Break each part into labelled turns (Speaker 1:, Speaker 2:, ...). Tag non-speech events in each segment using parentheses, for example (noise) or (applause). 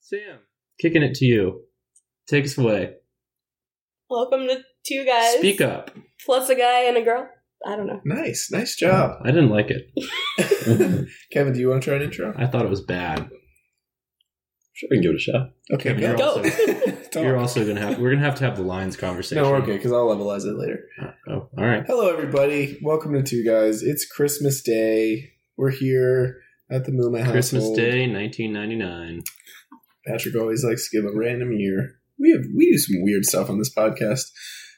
Speaker 1: Sam, kicking it to you. Take us away.
Speaker 2: Welcome to two guys.
Speaker 1: Speak up.
Speaker 2: Plus a guy and a girl. I don't know.
Speaker 3: Nice, nice (laughs) job.
Speaker 1: I didn't like it.
Speaker 3: Kevin, do you want to try an intro?
Speaker 1: I thought it was bad.
Speaker 4: Sure, we can give it a shot.
Speaker 3: Okay,
Speaker 1: Kevin, you're
Speaker 3: go.
Speaker 1: also
Speaker 3: (laughs) Talk.
Speaker 1: you're also gonna have we're gonna have to have the lines conversation.
Speaker 3: no, we're okay because I'll levelize it later.
Speaker 1: Oh, all right.
Speaker 3: Hello, everybody. Welcome to Two Guys. It's Christmas Day. We're here at the Mooma house.
Speaker 1: Christmas Day, 1999.
Speaker 3: Patrick always likes to give a random year. We have we do some weird stuff on this podcast.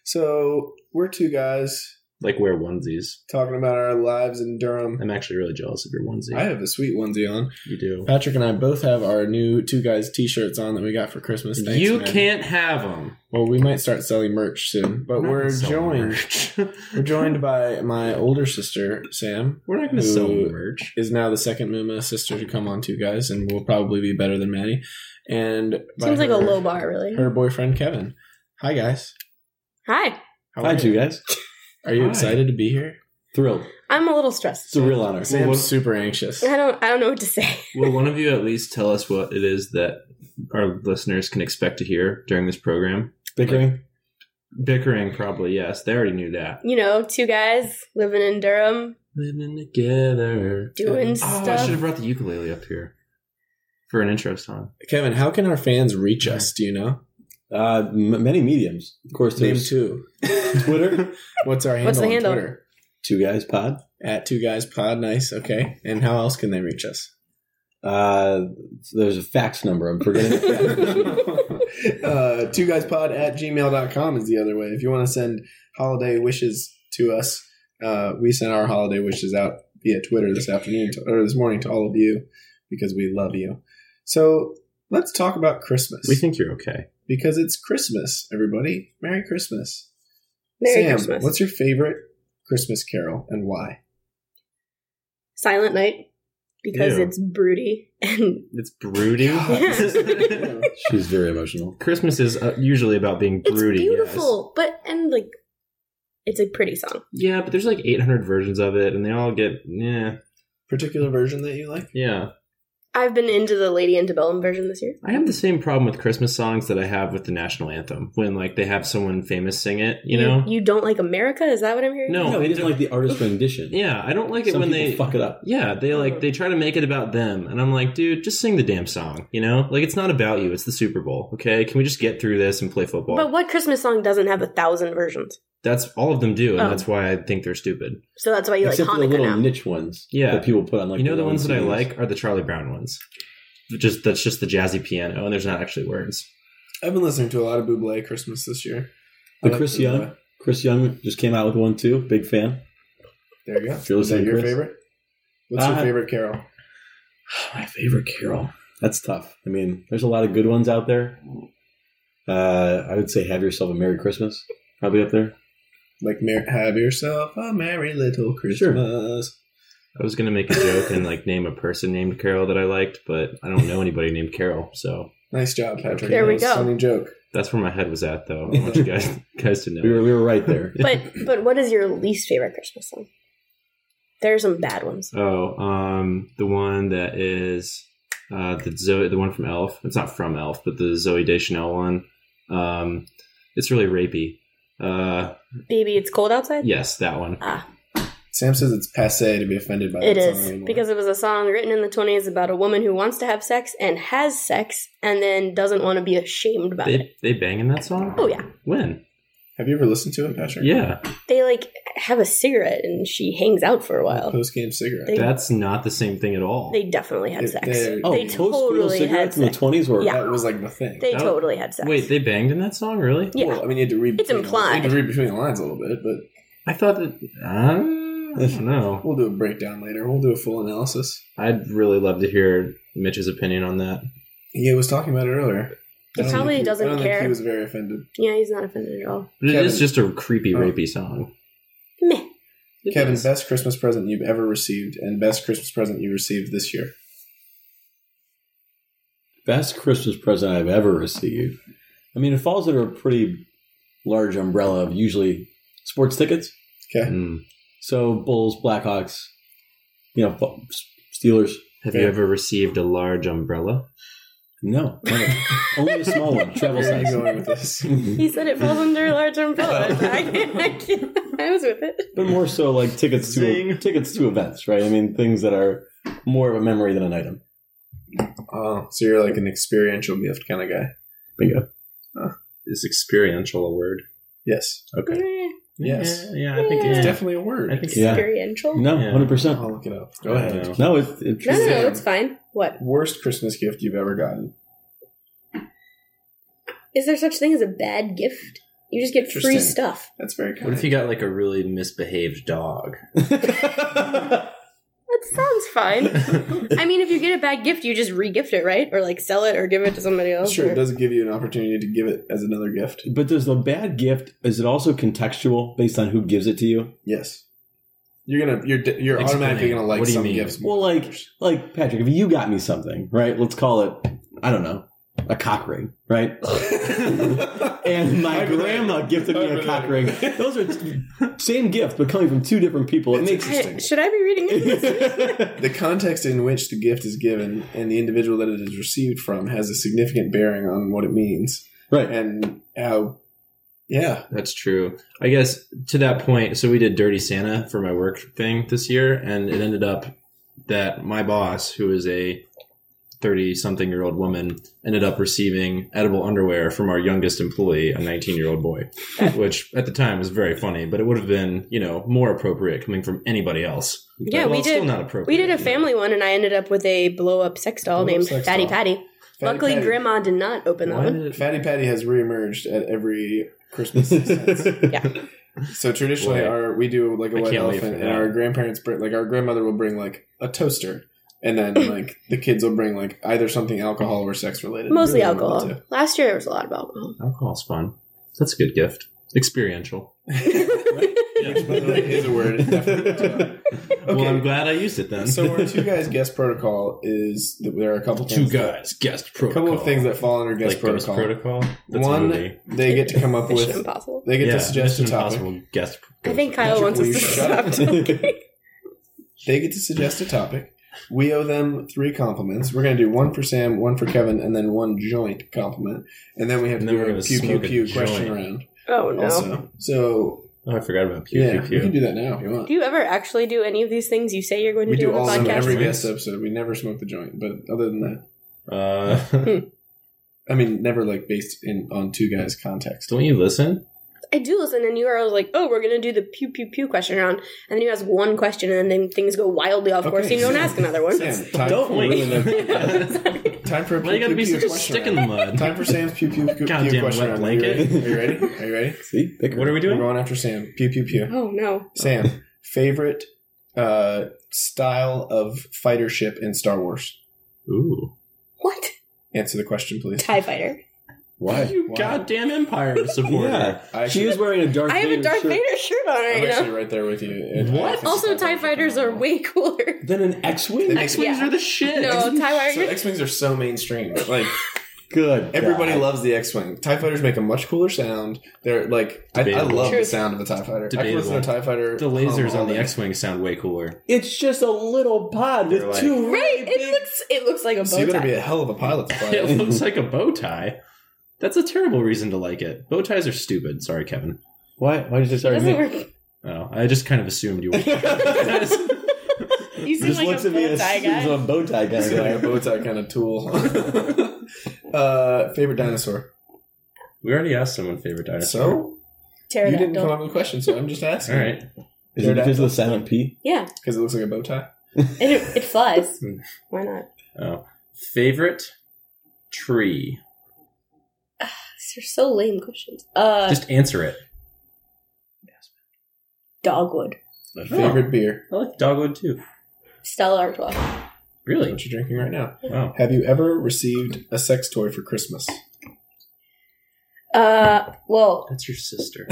Speaker 3: So we're two guys
Speaker 1: Like wear onesies.
Speaker 3: talking about our lives in Durham.
Speaker 1: I'm actually really jealous of your onesie.
Speaker 3: I have a sweet onesie on.
Speaker 1: you do.
Speaker 3: Patrick and I both have our new Two Guys T-shirts on that we got for Christmas. Thanks,
Speaker 1: you
Speaker 3: man.
Speaker 1: can't have them.
Speaker 3: Well, we might start selling merch soon, but we're joined. (laughs) We're joined by my older sister, Sam.
Speaker 1: (laughs) we're not gonna
Speaker 3: who
Speaker 1: sell merch.
Speaker 3: Is now the second Muma sister to come on Two Guys, and will probably be better than Maddie. And
Speaker 2: (laughs)
Speaker 3: by
Speaker 2: Seems like a
Speaker 3: her-
Speaker 2: low bar, really.
Speaker 3: Her boyfriend Kevin. Hi guys.
Speaker 2: Hi.
Speaker 3: How
Speaker 4: Hi,
Speaker 3: are
Speaker 4: two
Speaker 3: you?
Speaker 4: guys.
Speaker 3: Are you
Speaker 1: Hi.
Speaker 3: excited to be here?
Speaker 4: Thrilled.
Speaker 2: I'm a little
Speaker 4: It's
Speaker 2: stressed.
Speaker 4: a real honor.
Speaker 3: Sam's
Speaker 4: Well, what-
Speaker 3: super anxious.
Speaker 2: I don't I don't know what to say. (laughs)
Speaker 1: Will one of you at least tell us what it is that our listeners can expect to hear during this program?
Speaker 4: bickering.
Speaker 1: Bickering, probably yes. They already knew that.
Speaker 2: You know, two guys living in Durham,
Speaker 1: Living together.
Speaker 2: doing
Speaker 1: Oh, I
Speaker 2: stuff.
Speaker 1: should have brought the ukulele up here for an intro song.
Speaker 3: Kevin, how can our fans reach us? Do you know?
Speaker 4: Uh, m- many mediums. Of course,
Speaker 3: Name
Speaker 4: there's
Speaker 3: two.
Speaker 4: (laughs) Twitter,
Speaker 3: What's our handle
Speaker 2: What's the
Speaker 3: on
Speaker 2: handle?
Speaker 3: Twitter?
Speaker 4: two guys pod.
Speaker 3: At Two Guys Pod. Nice. Okay. And how else can they reach us?
Speaker 4: Uh, there's a fax number. I'm forgetting.
Speaker 1: (laughs)
Speaker 3: (laughs) uh, two guys pod at gmail.com is the other way if you want to send holiday wishes to us uh, we sent our holiday wishes out via twitter this afternoon to, or this morning to all of you because we love you so let's talk about christmas
Speaker 1: We think you're okay.
Speaker 3: because it's christmas everybody merry christmas
Speaker 2: Merry
Speaker 3: sam
Speaker 2: Christmas.
Speaker 3: what's your favorite christmas carol
Speaker 1: (laughs)
Speaker 3: and why
Speaker 2: Silent night. Because
Speaker 1: Ew.
Speaker 2: it's broody (laughs) and
Speaker 1: It's
Speaker 2: (laughs)
Speaker 1: broody. (laughs)
Speaker 4: She's very emotional.
Speaker 1: Christmas is uh, usually about being
Speaker 2: it's
Speaker 1: broody. yes.
Speaker 2: beautiful. But and like it's a pretty song.
Speaker 1: Yeah, but there's like 800 versions of it, and they all get yeah,
Speaker 3: particular version that you like
Speaker 1: yeah.
Speaker 2: I've been into the Lady Antebellum version this year.
Speaker 1: I have the same problem with Christmas songs that I have with the national anthem when like they have someone famous sing it. You know?
Speaker 2: You don't like America? Is that what I'm hearing?
Speaker 1: No,
Speaker 4: No, he doesn't like the artist rendition.
Speaker 1: yeah, I don't like it
Speaker 4: Some
Speaker 1: when
Speaker 4: people
Speaker 1: they
Speaker 4: fuck it up.
Speaker 1: Yeah, they like they try to make it about them, and I'm like, dude, just sing the damn song. You know, like it's not about you. It's the Super Bowl. Okay, can we just get through this and play football?
Speaker 2: But what Christmas song doesn't have a thousand versions?
Speaker 1: that's all of them do, and
Speaker 2: Oh.
Speaker 1: that's why I think they're stupid.
Speaker 2: So that's why you
Speaker 4: Except
Speaker 2: like
Speaker 4: for the
Speaker 2: Hanukkah
Speaker 4: little
Speaker 2: now.
Speaker 4: niche ones.
Speaker 1: Yeah.
Speaker 4: that people put on like. E
Speaker 1: you know, the
Speaker 4: their own
Speaker 1: ones that I
Speaker 4: CDs.
Speaker 1: like are the Charlie Brown ones. Just that's just the jazzy piano, and there's not actually words.
Speaker 3: i've been listening to a lot of buble christmas this year
Speaker 4: The
Speaker 3: I like
Speaker 4: Chris
Speaker 3: Bublé.
Speaker 4: Young. Chris Young just came out with one too. Big fan.
Speaker 3: There you go. Is
Speaker 4: you're
Speaker 3: that
Speaker 4: listening,
Speaker 3: your
Speaker 4: Chris.
Speaker 3: favorite? What's your
Speaker 4: Uh,
Speaker 3: favorite carol?
Speaker 4: (sighs) My favorite Carol. That's tough. I mean, there's a lot of good ones out there. Uh, I would say "Have Yourself a Merry Christmas." Probably up there.
Speaker 3: Like, mer- have yourself a merry little Christmas.
Speaker 1: I was gonna make a joke and like name a person named Carol that I liked, but I don't know anybody named Carol, so
Speaker 3: Nice job, Patrick.
Speaker 2: There we
Speaker 3: That was a
Speaker 2: go.
Speaker 3: Funny joke.
Speaker 1: that's where my head was at, though. I want you guys (laughs) guys to know.
Speaker 4: We were we were
Speaker 1: (laughs)
Speaker 4: right there.
Speaker 2: but but what is your least favorite Christmas song? There are some bad ones.
Speaker 1: Oh, um, the one that is uh, the Zoe, the one from Elf. It's not from Elf, but the Zoe Deschanel one. Um, it's really rapey. Uh,
Speaker 2: Baby, it's cold outside.
Speaker 1: yes, that one.
Speaker 2: Ah,
Speaker 3: Sam says it's passe to be offended by
Speaker 2: it
Speaker 3: that song
Speaker 2: is
Speaker 3: anymore.
Speaker 2: because it was a song written in the twenties about a woman who wants to have sex and has sex and then doesn't want to be ashamed about it.
Speaker 1: They they bang in that song.
Speaker 2: Oh yeah,
Speaker 1: When?
Speaker 3: have you ever listened to it, Patrick?
Speaker 1: Yeah,
Speaker 2: they like have a cigarette and she hangs out for a while.
Speaker 3: Post game cigarette.
Speaker 2: They-
Speaker 1: that's not the same thing at all.
Speaker 2: They definitely had
Speaker 3: If
Speaker 2: sex.
Speaker 3: they're-
Speaker 4: oh,
Speaker 2: they
Speaker 4: post
Speaker 2: totally had
Speaker 4: cigarettes in the
Speaker 2: sex.
Speaker 4: twenties were.
Speaker 2: Yeah.
Speaker 3: that was like the thing.
Speaker 2: They
Speaker 1: Oh.
Speaker 2: totally had sex.
Speaker 1: Wait, they banged in that song? Really?
Speaker 2: yeah.
Speaker 3: Well, I mean, you had to read.
Speaker 2: It's
Speaker 3: between the- you had to
Speaker 2: implied.
Speaker 3: read between the lines a little bit,
Speaker 1: I
Speaker 3: but
Speaker 1: thought that. Um, I don't know.
Speaker 3: we'll do a breakdown later. We'll do a full analysis.
Speaker 1: I'd really love to hear Mitch's opinion on that.
Speaker 3: He was talking about it earlier.
Speaker 2: He
Speaker 3: I don't
Speaker 2: probably
Speaker 3: think
Speaker 2: doesn't
Speaker 3: I don't think
Speaker 2: care.
Speaker 3: he was very offended.
Speaker 2: yeah, he's not offended at all.
Speaker 1: But it
Speaker 3: Kevin.
Speaker 1: is just a creepy,
Speaker 3: Oh.
Speaker 1: rapey song.
Speaker 2: Meh.
Speaker 1: It
Speaker 3: Kevin,
Speaker 1: is.
Speaker 3: best Christmas present you've ever received, and best Christmas present you received this year.
Speaker 4: Best Christmas present I've ever received. I mean, it falls under a pretty large umbrella of usually sports tickets.
Speaker 3: Okay.
Speaker 1: Mm.
Speaker 4: So Bulls, Blackhawks, you know, Steelers.
Speaker 1: Have
Speaker 3: Yeah.
Speaker 1: you ever received a large umbrella?
Speaker 4: No, no. only a small one, travel
Speaker 3: Where are you
Speaker 4: size. (laughs)
Speaker 3: going
Speaker 1: (laughs)
Speaker 3: with this?
Speaker 2: He said it falls under large umbrella. (laughs) I, can't, I, can't, I was with it.
Speaker 4: But more so like tickets to
Speaker 1: Zing.
Speaker 4: tickets to events, right? I mean, things that are more of a memory than an item.
Speaker 3: (laughs) Oh, so you're like an experiential gift kind of guy.
Speaker 4: Bingo.
Speaker 1: Is experiential a word?
Speaker 3: Yes.
Speaker 1: Okay.
Speaker 2: Eh,
Speaker 3: Yes.
Speaker 1: Yeah, yeah, I think
Speaker 2: Yeah.
Speaker 1: it's
Speaker 3: It's
Speaker 1: definitely.
Speaker 3: definitely a word.
Speaker 1: I think
Speaker 4: Yeah.
Speaker 2: Experiential? No,
Speaker 4: No,
Speaker 1: Yeah.
Speaker 4: hundred percent.
Speaker 3: I'll look it up. Go ahead.
Speaker 4: No, it's it,
Speaker 2: no, no,
Speaker 3: Sam.
Speaker 2: it's fine. What?
Speaker 3: Worst Christmas gift you've ever gotten.
Speaker 2: Is there such thing as a bad gift? You just get free
Speaker 3: Interesting.
Speaker 2: stuff.
Speaker 3: That's very kind.
Speaker 1: What if you got like a really misbehaved dog?
Speaker 2: That sounds fine.
Speaker 3: (laughs)
Speaker 2: I mean, if you get a bad gift, you just re-gift it, right? Or like sell it or give it to somebody else.
Speaker 3: Sure,
Speaker 2: or-
Speaker 3: it does give you an opportunity to give it as another gift.
Speaker 4: (laughs) but does the bad gift is it also contextual based on who gives it to you?
Speaker 3: Yes. You're gonna you're d- you're
Speaker 1: Explain.
Speaker 3: automatically gonna like
Speaker 1: What do you
Speaker 3: some
Speaker 1: mean?
Speaker 3: gifts.
Speaker 4: Well,
Speaker 3: more (laughs) than
Speaker 4: like
Speaker 3: others.
Speaker 4: like Patrick, if you got me something, right? Let's call it I don't know, a cock ring, right?
Speaker 3: (laughs)
Speaker 4: And my grandma gifted me a cock ring. Those are t- same gift, but coming from two different people. It makes
Speaker 2: I- should I be reading
Speaker 3: (laughs)
Speaker 2: this?
Speaker 4: interesting.
Speaker 3: The context in which the gift is given and the individual that it is received from has a significant bearing on what it means
Speaker 4: (laughs) right.
Speaker 3: and how. Yeah,
Speaker 1: That's true. I guess to that point, so we did Dirty Santa for my work thing this year, and it ended up that my boss, who is a 30 something year old woman, ended up receiving edible underwear from our youngest employee, a 19 year old
Speaker 2: (laughs)
Speaker 1: boy, which at the time was very funny, but it would have been, you know, more appropriate coming from anybody else.
Speaker 2: Yeah,
Speaker 1: Well,
Speaker 2: we
Speaker 1: it's
Speaker 2: did-
Speaker 1: Still not appropriate.
Speaker 2: we did a family one, and I ended up with a blow-up sex doll
Speaker 3: Blow-up
Speaker 2: named
Speaker 3: sex
Speaker 2: Fatty
Speaker 3: doll.
Speaker 2: Patty.
Speaker 3: Fatty
Speaker 2: Luckily,
Speaker 3: Patty-
Speaker 2: Grandma did not open that
Speaker 1: Why
Speaker 2: one.
Speaker 1: did-
Speaker 3: Fatty Patty has reemerged at every
Speaker 1: (laughs)
Speaker 3: Christmas
Speaker 4: (laughs)
Speaker 3: since.
Speaker 2: (laughs)
Speaker 3: So traditionally,
Speaker 1: Boy.
Speaker 3: our we do like a
Speaker 1: I
Speaker 3: white
Speaker 1: can't wait
Speaker 3: elephant,
Speaker 1: for
Speaker 3: and
Speaker 1: that.
Speaker 3: our grandparents bring like our grandmother will bring like a toaster,
Speaker 2: (laughs)
Speaker 3: and then like the kids will bring like either something alcohol or sex related.
Speaker 2: Mostly
Speaker 3: Really
Speaker 2: alcohol.
Speaker 3: wanted
Speaker 2: Last year, it was a lot of
Speaker 3: (laughs)
Speaker 2: alcohol.
Speaker 1: Alcohol's fun. That's a good gift. Experiential.
Speaker 3: to. Which, by the way, is a word. It's definitely a word.
Speaker 4: (laughs)
Speaker 1: Well, I'm glad I used it then.
Speaker 3: so our two guys guest protocol is that there are a couple
Speaker 1: two
Speaker 3: things that-
Speaker 1: guys guest
Speaker 3: a
Speaker 1: protocol.
Speaker 3: couple of things that fall under guest
Speaker 1: like Ghost
Speaker 3: protocol.
Speaker 1: protocol.
Speaker 3: One, they get to
Speaker 2: (laughs)
Speaker 3: come up
Speaker 2: Mission
Speaker 3: with.
Speaker 2: Impossible.
Speaker 3: They get
Speaker 1: Yeah,
Speaker 3: to suggest a
Speaker 1: Mission
Speaker 3: topic.
Speaker 1: Impossible guest.
Speaker 2: I think Kyle
Speaker 3: Patrick,
Speaker 2: wants
Speaker 3: will
Speaker 2: us to
Speaker 3: you shut up?
Speaker 2: stop.
Speaker 3: (laughs) They get to suggest a topic. We owe them three compliments. We're going to do one for Sam, one for Kevin, and then one joint compliment. And then we have
Speaker 1: And
Speaker 3: to
Speaker 1: then
Speaker 3: do
Speaker 1: we're
Speaker 3: a
Speaker 1: gonna
Speaker 3: pew pew
Speaker 1: smoke a
Speaker 3: pew question
Speaker 1: joint.
Speaker 3: round.
Speaker 2: Oh no.
Speaker 3: Also, so
Speaker 1: Oh, I forgot about pew
Speaker 3: yeah,
Speaker 1: pew
Speaker 3: we
Speaker 1: pew.
Speaker 3: can do that now if you want.
Speaker 2: Do you ever actually do any of these things you say you're going to
Speaker 3: We
Speaker 2: do
Speaker 3: do
Speaker 2: on
Speaker 3: all
Speaker 2: the
Speaker 3: of them
Speaker 2: podcast?
Speaker 3: every
Speaker 1: Joints?
Speaker 3: guest episode. We never smoke the joint, but other than that,
Speaker 1: uh, (laughs)
Speaker 3: I mean, never like based in on two guys' context.
Speaker 1: don't you listen?
Speaker 2: I do listen, and you are always like, "Oh, we're gonna do the pew pew pew question round," and then you ask one question, and then things go wildly off course,
Speaker 3: Okay,
Speaker 2: and you don't
Speaker 3: Sam.
Speaker 2: ask another one.
Speaker 3: Sam,
Speaker 1: (laughs)
Speaker 3: time
Speaker 1: Don't
Speaker 3: for, Time for a
Speaker 1: Why you
Speaker 3: pew,
Speaker 1: gotta
Speaker 3: pew,
Speaker 1: be
Speaker 3: pew
Speaker 1: such a
Speaker 3: question
Speaker 1: stick in
Speaker 3: round.
Speaker 1: the mud?
Speaker 3: Time for Sam's pew pew pew, pew
Speaker 1: Goddamn
Speaker 3: question
Speaker 1: wet
Speaker 3: round. Are you ready?
Speaker 1: blanket.
Speaker 3: Are you ready? Are
Speaker 1: (laughs)
Speaker 3: you ready?
Speaker 4: See, pick her.
Speaker 1: What are we
Speaker 3: We're
Speaker 1: doing?
Speaker 3: going after Sam. Pew pew pew.
Speaker 2: (laughs) Oh no!
Speaker 3: Sam, favorite uh, style of fighter ship in Star Wars?
Speaker 1: Ooh,
Speaker 2: What?
Speaker 3: Answer the question, please.
Speaker 2: Tie fighter.
Speaker 4: Why?
Speaker 1: you
Speaker 3: Wow.
Speaker 1: goddamn (laughs) Empire supporter.
Speaker 4: Yeah,
Speaker 3: I
Speaker 4: she
Speaker 3: actually,
Speaker 4: is wearing a Darth.
Speaker 2: I have a
Speaker 4: Vader
Speaker 2: Darth
Speaker 4: shirt
Speaker 2: Vader shirt on
Speaker 3: I'm
Speaker 2: right
Speaker 3: actually
Speaker 2: now.
Speaker 3: right there with you. And
Speaker 1: What?
Speaker 3: I think
Speaker 2: Also, tie
Speaker 3: Star Wars
Speaker 2: fighters are way cooler.
Speaker 4: Then an X-wing.
Speaker 3: They make-
Speaker 1: X-wings
Speaker 2: Yeah.
Speaker 1: are the shit.
Speaker 2: No, tie
Speaker 3: So
Speaker 2: fighter.
Speaker 3: X wings are so mainstream.
Speaker 1: (laughs)
Speaker 3: Like
Speaker 4: Good.
Speaker 3: everybody
Speaker 4: God.
Speaker 3: loves the X wing. Tie E fighters make a much cooler sound. They're like I, I
Speaker 1: Debatable.
Speaker 3: love
Speaker 2: True.
Speaker 3: the sound of a tie fighter. I can
Speaker 1: Debatable.
Speaker 3: listen to a tie fighter.
Speaker 1: The lasers
Speaker 3: hum all
Speaker 1: on the
Speaker 3: day.
Speaker 1: X-wing sound way
Speaker 3: (laughs)
Speaker 1: cooler.
Speaker 4: It's just a little pod with
Speaker 1: They're like-
Speaker 4: two
Speaker 2: Right?
Speaker 4: really
Speaker 2: It
Speaker 4: big.
Speaker 2: looks. It looks like a bow
Speaker 3: So you better
Speaker 2: tie.
Speaker 3: be a hell of a
Speaker 1: (laughs)
Speaker 3: pilot. To fly.
Speaker 1: It looks like a bow tie. That's a terrible reason to like it. Bow ties are stupid. Sorry, Kevin.
Speaker 4: Why? Why did you start?
Speaker 2: Doesn't
Speaker 4: me?
Speaker 2: work.
Speaker 1: Oh, I just kind of assumed you
Speaker 3: (laughs)
Speaker 1: were. (laughs)
Speaker 4: (laughs)
Speaker 2: (laughs) You seem
Speaker 4: Just
Speaker 2: like
Speaker 4: looks
Speaker 2: a
Speaker 4: at me
Speaker 2: bow
Speaker 4: as
Speaker 2: tie
Speaker 4: as a
Speaker 2: guy.
Speaker 4: bow tie (laughs) guy.
Speaker 3: It's like a bow tie kind of tool. (laughs) uh, favorite dinosaur.
Speaker 1: we already asked someone favorite dinosaur.
Speaker 3: So you didn't come
Speaker 2: Pterodactyl.
Speaker 3: up with a question, so I'm just asking.
Speaker 1: All right.
Speaker 4: Is it because of the silent P?
Speaker 2: Yeah,
Speaker 3: Because it looks like a bow tie.
Speaker 2: and it, it flies. Why not?
Speaker 1: Oh. Favorite tree.
Speaker 2: These are so lame questions. Uh,
Speaker 1: Just answer it.
Speaker 2: dogwood.
Speaker 3: Favorite beer.
Speaker 1: I like dogwood too.
Speaker 2: Stella Artois.
Speaker 1: Really?
Speaker 3: What you drinking right now?
Speaker 1: Wow.
Speaker 3: Have you ever received a sex toy for Christmas?
Speaker 2: Uh, well,
Speaker 3: (laughs)
Speaker 2: (laughs)
Speaker 1: That's your sister.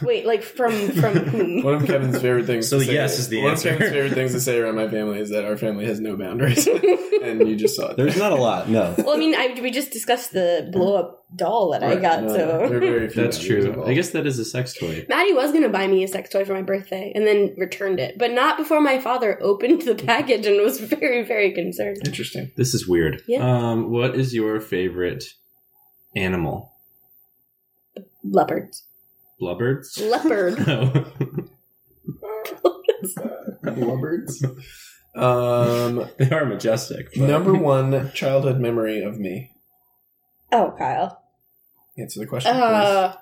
Speaker 2: wait, like from from whom? (laughs)
Speaker 3: (laughs) One of Kevin's favorite things.
Speaker 1: So
Speaker 3: to
Speaker 1: the
Speaker 3: say,
Speaker 1: yes is the
Speaker 3: one
Speaker 1: answer.
Speaker 3: of Kevin's favorite things to say around my family is that our family has no boundaries, (laughs) and you just saw it.
Speaker 4: There's not a lot, (laughs) no.
Speaker 2: well, I mean, I, we just discussed the blow up doll that I
Speaker 3: Right,
Speaker 2: got.
Speaker 3: no,
Speaker 2: so
Speaker 3: there are very
Speaker 1: (laughs)
Speaker 3: few
Speaker 1: That's
Speaker 3: boundaries
Speaker 1: true.
Speaker 3: involved.
Speaker 1: I guess that is a sex toy.
Speaker 2: Maddie was gonna buy me a sex toy for my birthday and then returned it, but not before my father opened the package and was very very concerned.
Speaker 1: (laughs)
Speaker 3: interesting.
Speaker 1: This is weird.
Speaker 2: Yeah.
Speaker 1: Um, what is your favorite animal?
Speaker 2: Leopard,
Speaker 1: Blubbirds?
Speaker 3: (laughs)
Speaker 2: leopard.
Speaker 1: (laughs) No.
Speaker 3: Lovebirds. Um,
Speaker 1: they are majestic. but-
Speaker 3: number one childhood memory of me.
Speaker 2: Oh, Kyle.
Speaker 3: Answer the question.
Speaker 2: Uh,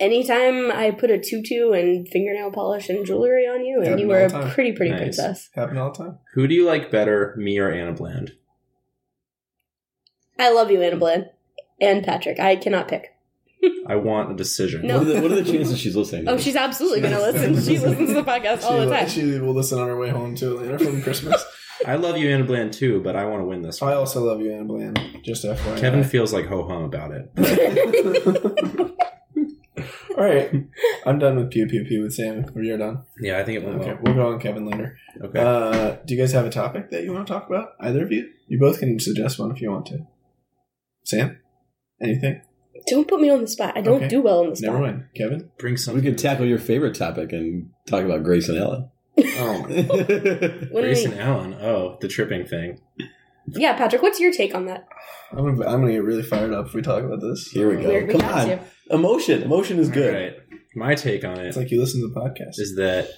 Speaker 2: anytime I put a tutu and fingernail polish and jewelry on you, and
Speaker 3: Happened
Speaker 2: you were
Speaker 3: all the
Speaker 2: a
Speaker 3: time.
Speaker 2: pretty pretty
Speaker 1: Nice.
Speaker 2: princess.
Speaker 3: please. Happen all the time.
Speaker 1: Who do you like better, me or Anna Bland?
Speaker 2: I love you, Anna Bland and Patrick. I cannot pick.
Speaker 1: I want a decision.
Speaker 2: No.
Speaker 4: What, are the, what are the chances she's listening? to
Speaker 2: Oh,
Speaker 4: this?
Speaker 2: she's absolutely gonna listen. She listens to the podcast all
Speaker 3: she,
Speaker 2: the
Speaker 3: li-
Speaker 2: time.
Speaker 3: she will listen on her way home to Atlanta from (laughs) Christmas.
Speaker 1: I love you, Anna Bland, too, but I want to win this
Speaker 3: I
Speaker 1: one.
Speaker 3: also love you, Anna Bland. Just FYI.
Speaker 1: Kevin feels like ho hum about it.
Speaker 3: All right, I'm done with pew pew pew with Sam. Or you're done.
Speaker 1: Yeah, I think it went
Speaker 3: Okay,
Speaker 1: Oh, well.
Speaker 3: we'll go on Kevin later.
Speaker 1: Okay.
Speaker 3: Uh, do you guys have a topic that you want to talk about? Either of you? You both can suggest one if you want to. Sam, anything?
Speaker 2: (laughs) Don't put me on the spot. I don't
Speaker 3: Okay.
Speaker 2: do well on the spot.
Speaker 3: Never mind.
Speaker 1: (laughs)
Speaker 3: Kevin.
Speaker 1: Bring
Speaker 4: So
Speaker 1: something.
Speaker 4: we could tackle your favorite topic and talk about Grace and Ellen.
Speaker 3: Oh,
Speaker 2: (laughs) What do you
Speaker 1: Grace
Speaker 2: mean?
Speaker 1: and Allen. Oh, the tripping thing.
Speaker 2: Yeah, Patrick, what's your take on that?
Speaker 3: I'm gonna, I'm gonna get really fired up if we talk about this.
Speaker 4: Here we go.
Speaker 2: We're-
Speaker 4: come
Speaker 2: have
Speaker 4: on.
Speaker 2: to.
Speaker 4: Emotion, emotion is good.
Speaker 1: All right. My take on it
Speaker 3: It's
Speaker 1: is
Speaker 3: like you listen to the podcast.
Speaker 1: that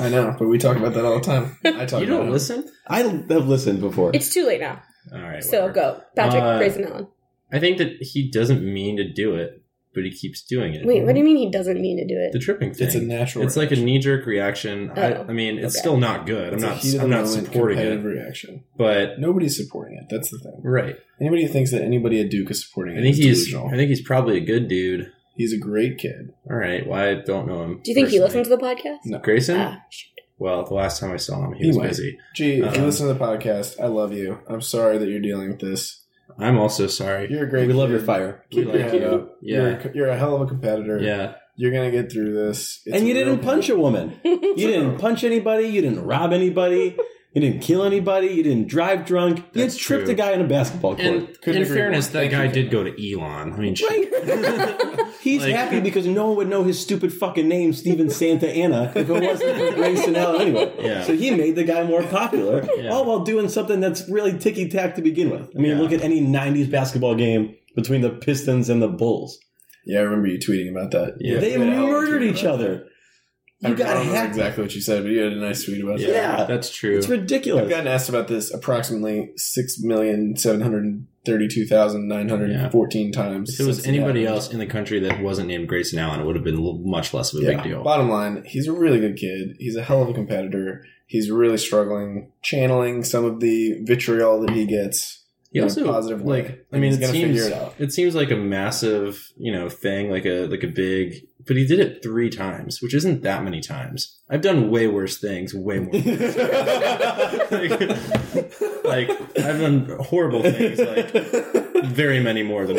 Speaker 3: I know, but we talk about that all
Speaker 2: (laughs)
Speaker 3: the time. I talk.
Speaker 1: you don't
Speaker 3: about it.
Speaker 1: listen.
Speaker 4: I have listened before.
Speaker 2: It's too late now.
Speaker 1: All right.
Speaker 2: So
Speaker 1: whatever.
Speaker 2: go, Patrick,
Speaker 1: Uh,
Speaker 2: Grayson Allen.
Speaker 1: I think that he doesn't mean to do it, but he keeps doing it.
Speaker 2: Wait, what do you mean he doesn't mean to do
Speaker 1: The
Speaker 2: it?
Speaker 1: tripping thing.
Speaker 3: It's a natural.
Speaker 1: It's like a knee jerk reaction. I,
Speaker 2: Oh,
Speaker 1: I mean, it's
Speaker 2: okay.
Speaker 1: still not good. I'm
Speaker 3: It's a
Speaker 1: not.
Speaker 3: heat of
Speaker 1: I'm
Speaker 3: the
Speaker 1: not
Speaker 3: moment
Speaker 1: supporting
Speaker 3: competitive
Speaker 1: it.
Speaker 3: reaction.
Speaker 1: But
Speaker 3: Nobody's supporting it. That's the thing.
Speaker 1: right,
Speaker 3: Anybody who thinks that anybody at Duke is supporting
Speaker 1: I
Speaker 3: it
Speaker 1: think
Speaker 3: is
Speaker 1: he's.
Speaker 3: delusional.
Speaker 1: I think he's probably a good dude.
Speaker 3: he's a great kid.
Speaker 1: All right. Well, I don't know him.
Speaker 2: Do you think he
Speaker 1: personally.
Speaker 2: listened to the podcast?
Speaker 3: No.
Speaker 1: Grayson?
Speaker 2: Ah, shoot.
Speaker 1: Well, the last time I saw him, he,
Speaker 3: He
Speaker 1: was
Speaker 3: might.
Speaker 1: busy.
Speaker 3: Gee, if you
Speaker 1: Um,
Speaker 3: listen to the podcast, I love you. I'm sorry that you're dealing with this.
Speaker 1: I'm also sorry.
Speaker 3: You're a great.
Speaker 4: we love
Speaker 3: kid.
Speaker 4: your fire.
Speaker 1: We
Speaker 3: Keep your
Speaker 1: like
Speaker 3: head
Speaker 1: you.
Speaker 3: up. You're,
Speaker 1: Yeah.
Speaker 3: a, you're a hell of a competitor.
Speaker 1: Yeah.
Speaker 3: You're gonna get through this. It's
Speaker 4: and you
Speaker 3: real
Speaker 4: didn't
Speaker 3: good.
Speaker 4: punch a woman. You didn't punch anybody. You didn't
Speaker 1: (laughs)
Speaker 4: rob anybody. You didn't kill anybody. You didn't drive drunk. You
Speaker 1: That's
Speaker 4: tripped
Speaker 1: true.
Speaker 4: a guy in a basketball
Speaker 1: (laughs)
Speaker 4: court.
Speaker 1: And in
Speaker 3: Couldn't agree
Speaker 1: fairness,
Speaker 3: more.
Speaker 1: that
Speaker 3: Thank
Speaker 1: guy
Speaker 3: you,
Speaker 1: did go to Elon. I mean, shit.
Speaker 4: Right. He's
Speaker 1: Like-
Speaker 4: happy because no one would know his stupid fucking name, Steven Santa Ana, if it wasn't for Grace and Ellen anyway.
Speaker 1: Yeah.
Speaker 4: So he made the guy more popular,
Speaker 1: Yeah.
Speaker 4: all while doing something that's really ticky tack to begin with. I mean,
Speaker 1: Yeah.
Speaker 4: look at any 90s basketball game between the Pistons and the Bulls.
Speaker 3: Yeah, I remember you tweeting about that.
Speaker 1: Yeah.
Speaker 4: they
Speaker 3: Yeah, I was
Speaker 4: murdered
Speaker 3: tweeting
Speaker 4: each
Speaker 3: about
Speaker 4: other.
Speaker 3: that.
Speaker 4: You
Speaker 3: I
Speaker 4: got
Speaker 3: don't remember
Speaker 4: hacked.
Speaker 3: exactly what you said, but you had a nice tweet about that.
Speaker 4: Yeah.
Speaker 1: that's true.
Speaker 4: It's
Speaker 3: I've (laughs)
Speaker 4: ridiculous.
Speaker 3: gotten asked about this approximately six million seven hundred thirty-two thousand nine hundred fourteen times.
Speaker 1: If it was
Speaker 3: since
Speaker 1: anybody
Speaker 3: happened.
Speaker 1: else in the country that wasn't named Grayson Allen, it would have been a little- much less of a big deal.
Speaker 3: Bottom line, he's a really good kid. He's a hell of a competitor. He's really struggling channeling some of the vitriol that he gets.
Speaker 1: He
Speaker 3: in a
Speaker 1: also
Speaker 3: positive way.
Speaker 1: like I
Speaker 3: And
Speaker 1: mean
Speaker 3: he's
Speaker 1: it
Speaker 3: gonna
Speaker 1: seems
Speaker 3: figure it
Speaker 1: it,
Speaker 3: out.
Speaker 1: seems like a massive you know thing like a like a big but he did it three times which isn't that many times I've done way worse things way
Speaker 3: (laughs)
Speaker 1: more like, like I've done horrible things like very many more than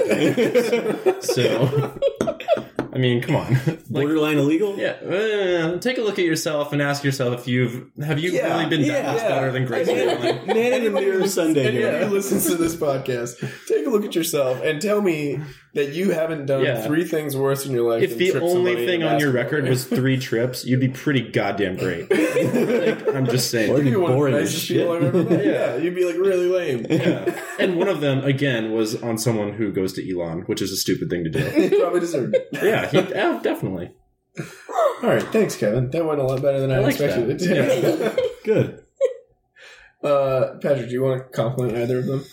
Speaker 1: so I mean come on (laughs) like
Speaker 4: (laughs) Borderline illegal?
Speaker 1: yeah uh, take a look at yourself and ask yourself if you've have you
Speaker 3: Yeah,
Speaker 1: really been that
Speaker 4: yeah,
Speaker 1: much better than Grayson Allen
Speaker 4: Man in the mirror Sunday.
Speaker 3: And
Speaker 4: here.
Speaker 3: if you listen to this podcast, take a look at yourself and tell me that you haven't done
Speaker 1: Yeah.
Speaker 3: three things worse in your life.
Speaker 1: if
Speaker 3: than
Speaker 1: the
Speaker 3: trip
Speaker 1: only
Speaker 3: somebody
Speaker 1: thing
Speaker 3: in a
Speaker 1: on
Speaker 3: (laughs)
Speaker 1: your
Speaker 3: basketball
Speaker 1: record was three trips, you'd be pretty goddamn great. Like, I'm just
Speaker 4: Or
Speaker 1: saying.
Speaker 3: game. You'd be one of the
Speaker 4: boring as
Speaker 3: nicest
Speaker 4: shit.
Speaker 3: people I've ever (laughs) met.
Speaker 1: Yeah.
Speaker 3: yeah, you'd be like really lame.
Speaker 1: Yeah. And one of them, again, was on someone who goes to Elon, which is a stupid thing to do.
Speaker 3: You (laughs) probably deserved it.
Speaker 1: Yeah, he, yeah, definitely.
Speaker 3: All right, thanks, Kevin. That went a lot better than I,
Speaker 1: I liked
Speaker 3: expected it
Speaker 1: that.
Speaker 3: to.
Speaker 4: Good.
Speaker 3: (laughs) uh, Patrick, do you want to compliment either of them?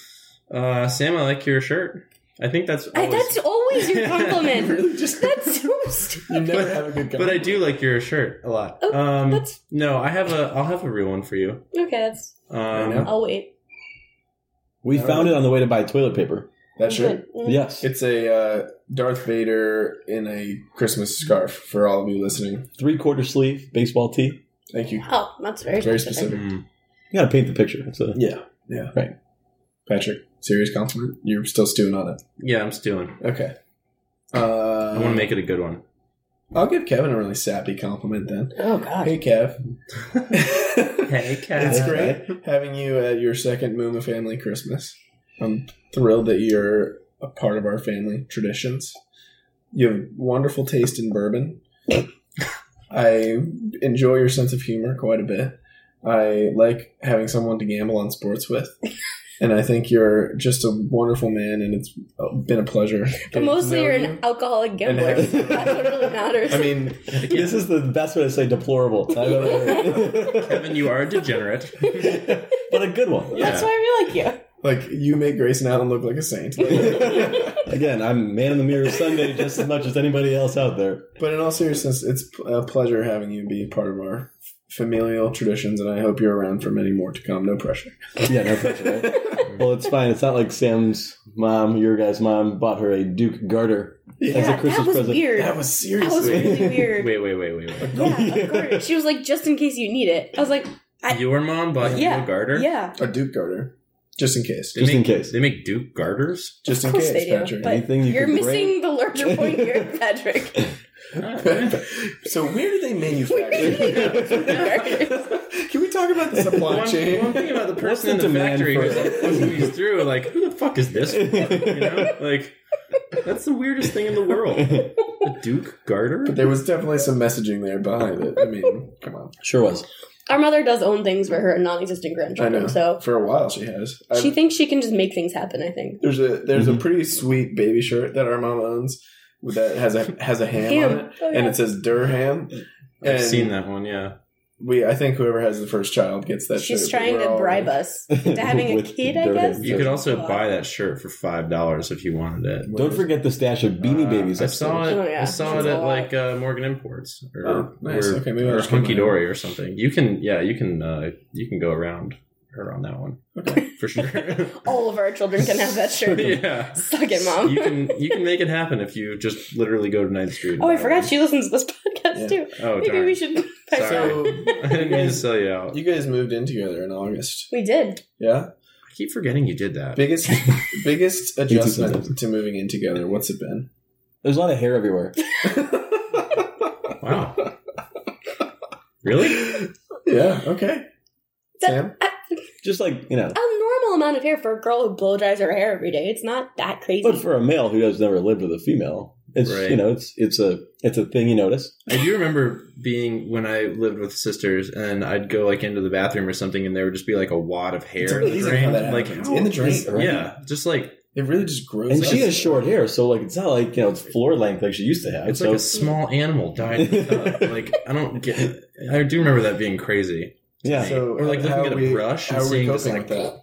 Speaker 1: Uh, Sam, I like your shirt. I think that's.
Speaker 2: (laughs) I,
Speaker 1: Always,
Speaker 2: that's always your
Speaker 3: You
Speaker 2: compliment.
Speaker 3: really just
Speaker 2: that's so stupid.
Speaker 3: (laughs) you never
Speaker 1: But-
Speaker 3: have a good
Speaker 1: but I
Speaker 3: compliment.
Speaker 1: do like your shirt a lot.
Speaker 2: Oh,
Speaker 1: Um,
Speaker 2: That's
Speaker 1: no, I have a. I'll have a real one for you.
Speaker 2: okay. That's
Speaker 1: Um,
Speaker 3: know.
Speaker 2: I'll wait.
Speaker 4: We
Speaker 3: All
Speaker 4: found
Speaker 3: right.
Speaker 4: it on the way to buy toilet paper.
Speaker 3: That shirt.
Speaker 2: Good. Mm.
Speaker 4: Yes.
Speaker 3: It's a uh, Darth Vader in a Christmas scarf for all of you listening.
Speaker 4: three quarter sleeve baseball tee.
Speaker 3: Thank you.
Speaker 2: Oh, that's very,
Speaker 3: Very
Speaker 2: specific.
Speaker 3: specific.
Speaker 1: mm,
Speaker 4: You got to paint the picture. It's a-
Speaker 3: Yeah. Yeah.
Speaker 4: Right.
Speaker 3: Patrick, Serious compliment? You're still stewing on it.
Speaker 1: Yeah, I'm stealing.
Speaker 3: Okay. Uh,
Speaker 1: I want to make it a good one.
Speaker 3: I'll give Kevin a really sappy compliment then.
Speaker 5: Oh God.
Speaker 3: Hey, Kev. (laughs)
Speaker 1: (laughs)
Speaker 5: Hey, Kev.
Speaker 3: it's great having you at your second Mooma family Christmas. I'm thrilled that you're a part of our family traditions. You have wonderful taste in bourbon. I enjoy your sense of humor quite a bit. I like having someone to gamble on sports with. And I think you're just a wonderful man, and it's been a pleasure.
Speaker 2: But
Speaker 3: getting to
Speaker 2: mostly
Speaker 3: know
Speaker 2: you're
Speaker 3: you.
Speaker 2: an alcoholic gambler.
Speaker 3: And-
Speaker 2: so That's what
Speaker 3: (laughs)
Speaker 2: really matters.
Speaker 3: I mean,
Speaker 4: This is the best way to say deplorable.
Speaker 3: (laughs)
Speaker 4: I've ever heard.
Speaker 1: Kevin, you are a
Speaker 2: (laughs)
Speaker 1: degenerate.
Speaker 4: but a good one.
Speaker 5: That's why we
Speaker 3: (laughs)
Speaker 5: like
Speaker 3: like you make Grayson Allen look like
Speaker 2: (laughs)
Speaker 3: a saint.
Speaker 4: Again, I'm man in the mirror Sunday just as much as anybody else out there.
Speaker 3: But in all seriousness, it's a pleasure having you be part of our familial traditions, and I hope you're around for many more to come. No pressure.
Speaker 4: Yeah, no pressure. Right? (laughs) well, it's fine. It's not like Sam's mom, your guy's mom, bought her a Duke Garter.
Speaker 2: yeah,
Speaker 4: as a
Speaker 2: that
Speaker 4: Christmas
Speaker 2: was
Speaker 4: present. (laughs)
Speaker 2: weird.
Speaker 3: That was
Speaker 2: That was
Speaker 3: seriously. (laughs)
Speaker 2: really weird.
Speaker 1: wait, wait, wait, wait, wait.
Speaker 2: Yeah, of course. She was like, just in case you need it. I was like, I-
Speaker 1: Your mom bought you
Speaker 2: Yeah,
Speaker 1: a garter?
Speaker 2: yeah.
Speaker 3: A Duke Garter, just in case.
Speaker 1: They
Speaker 4: Just in
Speaker 1: make-
Speaker 4: case.
Speaker 1: They make Duke garters?
Speaker 3: Just in
Speaker 2: Of course
Speaker 3: case,
Speaker 2: they do,
Speaker 3: Patrick.
Speaker 2: but-
Speaker 4: Anything you
Speaker 2: You're
Speaker 4: can
Speaker 2: missing the larger point here,
Speaker 3: (laughs)
Speaker 2: Patrick.
Speaker 3: so where do they (laughs)
Speaker 2: (laughs)
Speaker 3: manufacture? Can we talk about the supply
Speaker 1: One,
Speaker 3: chain?
Speaker 1: one thing about the
Speaker 4: What's
Speaker 1: person
Speaker 4: the
Speaker 1: in the
Speaker 4: demand
Speaker 1: factory
Speaker 4: for
Speaker 1: who's
Speaker 4: it?
Speaker 1: like pushing (laughs) these through, like, who the fuck is this? for?" You (laughs) know, like that's the weirdest thing in the world. A Duke garter.
Speaker 3: But there was definitely some messaging there behind it. I mean, come on.
Speaker 4: Sure was.
Speaker 2: Our mother does own things for her non-existent
Speaker 3: I
Speaker 2: grandchildren,
Speaker 3: know.
Speaker 2: so
Speaker 3: For a while, she has. I've-
Speaker 2: she thinks she can just make things happen. I think.
Speaker 3: There's a there's a
Speaker 4: Mhm.
Speaker 3: pretty sweet baby shirt that our mom owns that has a has a ham, on it,
Speaker 2: Oh,
Speaker 3: and
Speaker 2: yeah.
Speaker 3: it says Durham.
Speaker 1: I've
Speaker 3: and
Speaker 1: seen that one. Yeah,
Speaker 3: We I think whoever has the first child gets that.
Speaker 2: She's
Speaker 3: shirt, but
Speaker 2: trying
Speaker 3: we're
Speaker 2: to
Speaker 3: all- (laughs)
Speaker 2: bribe us into having a
Speaker 4: With
Speaker 2: kid. I
Speaker 4: dirty
Speaker 2: guess.
Speaker 4: hands.
Speaker 1: you could also
Speaker 2: Wow.
Speaker 1: buy that shirt for five dollars if you wanted it.
Speaker 4: Don't forget the stash of Beanie
Speaker 1: Uh,
Speaker 4: Babies.
Speaker 1: I saw it.
Speaker 4: upstairs.
Speaker 2: Oh, yeah.
Speaker 1: I saw it
Speaker 2: That's a
Speaker 1: at
Speaker 2: lot.
Speaker 1: like uh, Morgan Imports or,
Speaker 3: Oh, nice.
Speaker 1: or,
Speaker 3: Okay, maybe I'll
Speaker 1: or
Speaker 3: just get
Speaker 1: Hunky
Speaker 3: mine.
Speaker 1: Dory or something. You can, yeah, you can, uh, you can go around her on that one for
Speaker 3: (laughs)
Speaker 1: sure.
Speaker 2: All of our children can
Speaker 1: (laughs)
Speaker 2: have that shirt.
Speaker 1: yeah,
Speaker 2: Suck it, mom.
Speaker 1: You can, you can make it happen if you just literally go to 9th Street. and
Speaker 2: oh, I
Speaker 1: buy
Speaker 2: forgot
Speaker 1: one.
Speaker 2: she listens to this (laughs) podcast
Speaker 3: Yeah.
Speaker 2: too.
Speaker 1: Oh,
Speaker 2: Maybe
Speaker 1: darn.
Speaker 2: we should. (laughs)
Speaker 1: Sorry. (laughs)
Speaker 3: So
Speaker 1: I didn't mean to sell you out.
Speaker 3: (laughs) you guys moved in together in August.
Speaker 2: We did.
Speaker 3: Yeah.
Speaker 1: I keep forgetting you did that. (laughs)
Speaker 3: Biggest biggest adjustment to moving in together. What's it been? (laughs)
Speaker 4: There's a lot of hair everywhere.
Speaker 1: Wow. really?
Speaker 3: yeah. Okay.
Speaker 2: That-
Speaker 3: Sam.
Speaker 4: Just like, you know.
Speaker 2: A normal amount of hair for a girl who blow dries her hair every day. It's not that crazy.
Speaker 4: But for a male who has never lived with a female, it's
Speaker 1: Right.
Speaker 4: you know, it's it's a it's a thing you notice.
Speaker 1: I do remember being when I lived with sisters, and I'd go like into the bathroom or something, and there would just be like a wad of
Speaker 3: It's
Speaker 1: hair in the
Speaker 3: amazing how
Speaker 1: drain.
Speaker 3: that
Speaker 1: Like,
Speaker 3: happens.
Speaker 1: how-
Speaker 3: in the drain.
Speaker 4: Right?
Speaker 1: yeah, just like
Speaker 3: It really just grows.
Speaker 4: And she
Speaker 3: up.
Speaker 4: has short hair, so like it's not like you know it's floor length like she used to have.
Speaker 1: it's
Speaker 4: so
Speaker 1: like a small animal died. in the
Speaker 3: (laughs)
Speaker 1: tub. like I don't get. I do remember that being crazy.
Speaker 4: yeah,
Speaker 1: So, or like
Speaker 3: uh,
Speaker 1: looking
Speaker 3: how
Speaker 1: at a
Speaker 3: we-
Speaker 1: brush
Speaker 3: How
Speaker 1: and
Speaker 3: are we
Speaker 1: seeing
Speaker 3: coping
Speaker 1: just like
Speaker 3: with that?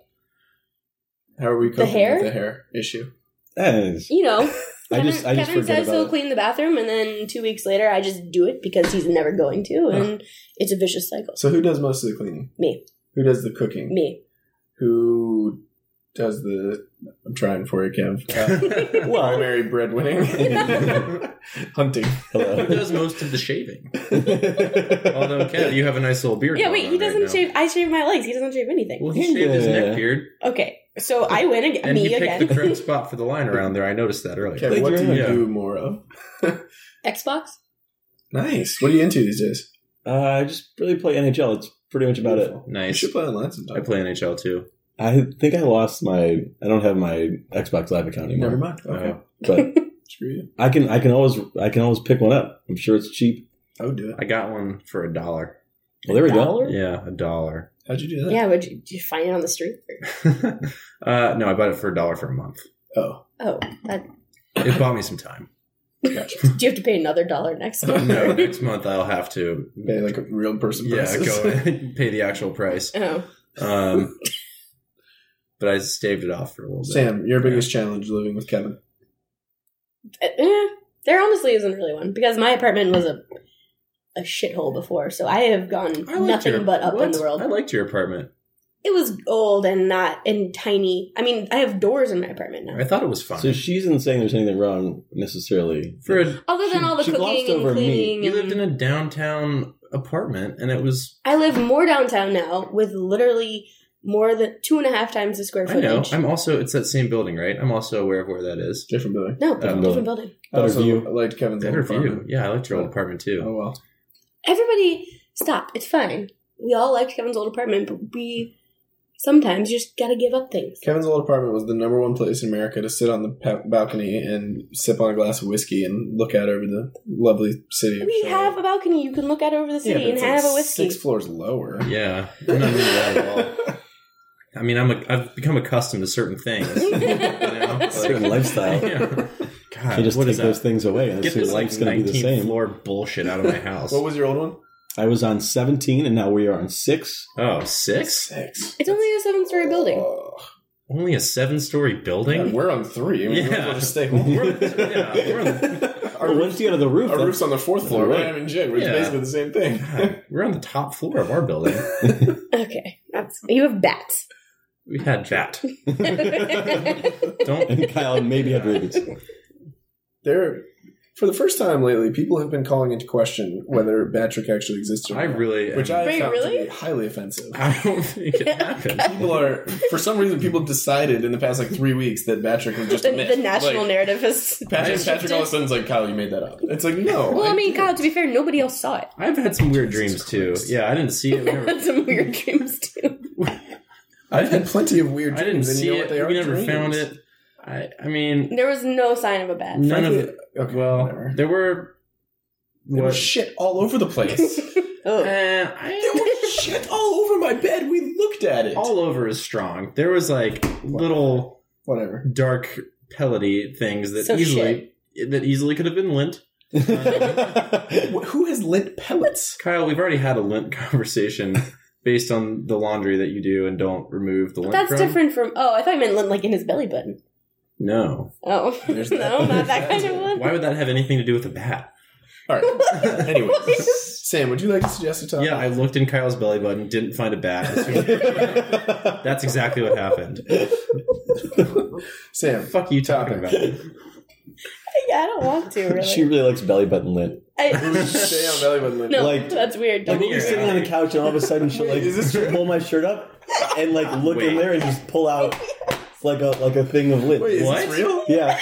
Speaker 3: How are we coping
Speaker 2: hair?
Speaker 3: with the hair issue?
Speaker 4: that is-
Speaker 2: you know,
Speaker 1: (laughs)
Speaker 4: I
Speaker 2: Kevin,
Speaker 4: just I just
Speaker 2: Kevin
Speaker 4: forget
Speaker 2: says he'll
Speaker 4: about it.
Speaker 2: clean the bathroom, and then two weeks later, I just do it because he's never going to, and it's a vicious cycle.
Speaker 3: So who does most of the cleaning?
Speaker 2: Me.
Speaker 3: Who does the cooking?
Speaker 2: Me.
Speaker 3: Who does the? I'm trying for you,
Speaker 1: (laughs)
Speaker 3: Kev. Uh,
Speaker 1: that.
Speaker 4: Well,
Speaker 3: primary breadwinning,
Speaker 1: (laughs)
Speaker 3: hunting.
Speaker 1: Who
Speaker 4: hello.
Speaker 1: does most of the shaving? (laughs) Although, Kev, you have a nice little beard.
Speaker 2: Yeah,
Speaker 1: going
Speaker 2: wait.
Speaker 1: on
Speaker 2: He
Speaker 1: right
Speaker 2: doesn't
Speaker 1: now.
Speaker 2: shave. I shave my legs. He doesn't shave anything.
Speaker 1: Well, he shaved his
Speaker 4: Yeah.
Speaker 1: neck beard,
Speaker 2: Okay, so I win again.
Speaker 1: and
Speaker 2: me
Speaker 1: he picked the
Speaker 2: again.
Speaker 3: (laughs)
Speaker 1: correct spot for the line around there. I noticed that earlier.
Speaker 3: Kev, what do you
Speaker 1: Yeah.
Speaker 3: do more of?
Speaker 2: Xbox.
Speaker 3: Nice. What are you into these days?
Speaker 4: uh, I just really play NHL. It's pretty much about it.
Speaker 3: Beautiful. You
Speaker 1: Nice.
Speaker 3: should play online
Speaker 1: I
Speaker 3: sometime.
Speaker 1: play NHL too.
Speaker 4: I think I lost my. I don't have my Xbox Live account anymore.
Speaker 3: Never mind. Okay.
Speaker 1: Uh-huh.
Speaker 4: Uh, but
Speaker 3: Screw you.
Speaker 4: I can I can always I can always pick one up. I'm sure it's cheap.
Speaker 3: I would do it.
Speaker 1: I got one for a dollar.
Speaker 4: Well, there we
Speaker 2: Dollar?
Speaker 4: go.
Speaker 1: Yeah, a dollar. (laughs)
Speaker 3: How'd you do that?
Speaker 2: Yeah, would you, did you find it on the street?
Speaker 1: uh, no, I bought it for a dollar for a month.
Speaker 3: Oh,
Speaker 2: Oh,
Speaker 1: It bought me some
Speaker 3: (laughs)
Speaker 1: time.
Speaker 2: (laughs)
Speaker 3: gotcha.
Speaker 2: do you have to pay another dollar next?
Speaker 1: (laughs)
Speaker 2: month?
Speaker 1: No, next month I'll have to.
Speaker 3: Pay like a real person.
Speaker 1: Yeah,
Speaker 3: prices.
Speaker 1: go and (laughs) pay the actual price.
Speaker 2: oh,
Speaker 1: Um, but I staved it off for a little bit.
Speaker 3: (laughs) Sam, your biggest challenge living with Kevin.
Speaker 2: Eh, eh, there honestly isn't really one because my apartment was a a shithole before, so I have gone
Speaker 1: I liked
Speaker 2: nothing
Speaker 1: your-
Speaker 2: but up in
Speaker 1: what?
Speaker 2: the world.
Speaker 1: I liked your apartment.
Speaker 2: It was old and not and tiny. I mean, I have doors in my apartment now.
Speaker 1: I thought it was fun.
Speaker 4: So she isn't saying there's anything wrong necessarily.
Speaker 1: for a,
Speaker 2: Other than
Speaker 4: She-
Speaker 2: all the
Speaker 4: she glossed
Speaker 2: cooking and
Speaker 4: over me.
Speaker 2: cleaning,
Speaker 1: you lived
Speaker 2: and-
Speaker 1: in a downtown apartment, and it was
Speaker 2: I live more downtown now with literally more than two and a half times the square
Speaker 1: I know.
Speaker 2: footage.
Speaker 1: I'm also. It's that same building, right? I'm also aware of where that is.
Speaker 3: Different building.
Speaker 2: no,
Speaker 1: Different
Speaker 2: different building.
Speaker 3: I
Speaker 4: Better
Speaker 3: also
Speaker 4: view.
Speaker 3: liked Kevin's
Speaker 1: Better
Speaker 3: old
Speaker 1: view.
Speaker 3: apartment.
Speaker 1: Yeah, I liked your old apartment
Speaker 3: Oh
Speaker 1: too.
Speaker 3: well.
Speaker 2: Everybody, stop. It's fine. We all liked Kevin's old apartment, but we sometimes just gotta give up things.
Speaker 3: Kevin's old apartment was the number one place in America to sit on the pa- balcony and sip on a glass of whiskey and look out over the lovely city. of
Speaker 2: We
Speaker 3: Charlotte.
Speaker 2: have a balcony. You can look out over the
Speaker 3: Yeah,
Speaker 2: city
Speaker 3: but
Speaker 2: and
Speaker 3: it's like
Speaker 2: have a whiskey.
Speaker 3: Six floors lower. (laughs)
Speaker 1: Yeah, I'm not into that at all. I mean, I'm a, I've become accustomed to certain things. You
Speaker 2: (laughs)
Speaker 1: know? Like-
Speaker 4: Certain lifestyle.
Speaker 1: (laughs) Yeah. God,
Speaker 4: You just
Speaker 1: what
Speaker 4: take
Speaker 1: is
Speaker 4: those
Speaker 1: that?
Speaker 4: things away, and
Speaker 1: Get
Speaker 4: so your
Speaker 1: this like
Speaker 4: life's going to be the
Speaker 1: 19th
Speaker 4: same.
Speaker 1: floor bullshit out of my house.
Speaker 3: (laughs) What was your old one?
Speaker 4: I was on 17, and now we are on six.
Speaker 1: oh, six?
Speaker 3: Six.
Speaker 2: it's only a seven-story building.
Speaker 3: Oh,
Speaker 1: Only a seven-story
Speaker 3: God,
Speaker 1: building?
Speaker 3: we're on three. I mean,
Speaker 1: Yeah.
Speaker 3: we're
Speaker 1: (laughs)
Speaker 3: just stay home.
Speaker 1: We're- yeah, we're
Speaker 3: (laughs)
Speaker 1: on the-
Speaker 3: our,
Speaker 4: Well,
Speaker 3: roof's,
Speaker 4: once you get to Oh, the roof,
Speaker 3: our
Speaker 4: that's- (laughs)
Speaker 3: roof's on the fourth floor.
Speaker 4: Right.
Speaker 3: Right. I'm in Jig, which is
Speaker 1: Yeah.
Speaker 3: basically the same thing.
Speaker 1: God, we're on the top floor of our building.
Speaker 2: Okay, that's you have
Speaker 3: (laughs)
Speaker 2: bats.
Speaker 1: We had that.
Speaker 4: and (laughs)
Speaker 1: Don't.
Speaker 4: Kyle maybe had rabies.
Speaker 3: There, for the first time lately, people have been calling into question whether Batrick actually exists or
Speaker 1: I
Speaker 3: not,
Speaker 1: really.
Speaker 3: which
Speaker 1: am-
Speaker 3: I
Speaker 2: Wait,
Speaker 3: found
Speaker 2: really?
Speaker 3: to be highly offensive.
Speaker 1: (laughs) I don't think it happened.
Speaker 3: People are, for some reason, people decided in the past like three weeks that Patrick was just
Speaker 2: the,
Speaker 3: a myth.
Speaker 2: the national
Speaker 3: Like,
Speaker 2: narrative is.
Speaker 3: Patrick, Patrick all of a sudden's like, Kyle, you made that up. It's like, no.
Speaker 2: Well, I mean,
Speaker 3: didn't.
Speaker 2: Kyle. To be fair, nobody else saw it.
Speaker 1: I've had some weird
Speaker 3: Jesus
Speaker 1: dreams
Speaker 3: Christ.
Speaker 1: too. Yeah, I didn't see it. We
Speaker 2: (laughs)
Speaker 1: never-
Speaker 2: Had some weird dreams too.
Speaker 3: I've had plenty of weird.
Speaker 1: I didn't
Speaker 3: dreams, and
Speaker 1: see
Speaker 3: you know
Speaker 1: it.
Speaker 3: What they are
Speaker 1: We never
Speaker 3: dreams.
Speaker 1: found it. I. I mean,
Speaker 2: There was no sign of a bat.
Speaker 1: none of
Speaker 3: Frankly,
Speaker 1: it.
Speaker 3: Okay,
Speaker 1: Well,
Speaker 3: whatever.
Speaker 1: there were.
Speaker 3: there was
Speaker 1: what-
Speaker 3: shit all over
Speaker 2: (laughs)
Speaker 3: the place.
Speaker 2: Oh.
Speaker 3: Uh,
Speaker 1: Eh,
Speaker 3: there
Speaker 1: I,
Speaker 3: was shit all over my bed. We looked at it.
Speaker 1: all over is strong. There was like little (laughs)
Speaker 3: whatever.
Speaker 1: dark pellety things that
Speaker 2: So
Speaker 1: easily that easily could have been lint.
Speaker 3: Wh- Who has lit pellets?
Speaker 1: Kyle, we've already had a lint (laughs) conversation based on the laundry that you do and don't remove the
Speaker 2: But
Speaker 1: lint.
Speaker 2: that's
Speaker 1: from.
Speaker 2: different from. Oh, I thought you meant lint, like in his belly button.
Speaker 1: No,
Speaker 2: Oh,
Speaker 3: There's that.
Speaker 2: (laughs) no, not that
Speaker 3: There's
Speaker 2: kind of one.
Speaker 1: why would that have anything to do with a bat? (laughs)
Speaker 3: All
Speaker 2: (laughs)
Speaker 3: right. Anyway, Sam, would you like to suggest a topic? (laughs)
Speaker 1: Yeah, I looked in Kyle's belly button, didn't find a bat. (laughs) That's exactly what happened.
Speaker 3: Sam,
Speaker 1: Fuck you talking about.
Speaker 2: Yeah, I don't want to really.
Speaker 4: she really likes belly button lint.
Speaker 3: (laughs)
Speaker 2: I,
Speaker 3: stay on belly button.
Speaker 2: (laughs)
Speaker 3: Lynn.
Speaker 2: no,
Speaker 4: Like-
Speaker 2: that's weird. Don't
Speaker 4: Like we'll be
Speaker 2: do
Speaker 4: sitting
Speaker 2: that.
Speaker 4: on the couch, and all of a sudden she'll like
Speaker 3: Is this true?
Speaker 4: pull my shirt up and like look in
Speaker 1: Wait.
Speaker 4: there and just pull out like a like a thing of lint.
Speaker 3: Wait, is
Speaker 1: What?
Speaker 3: this real?
Speaker 4: yeah,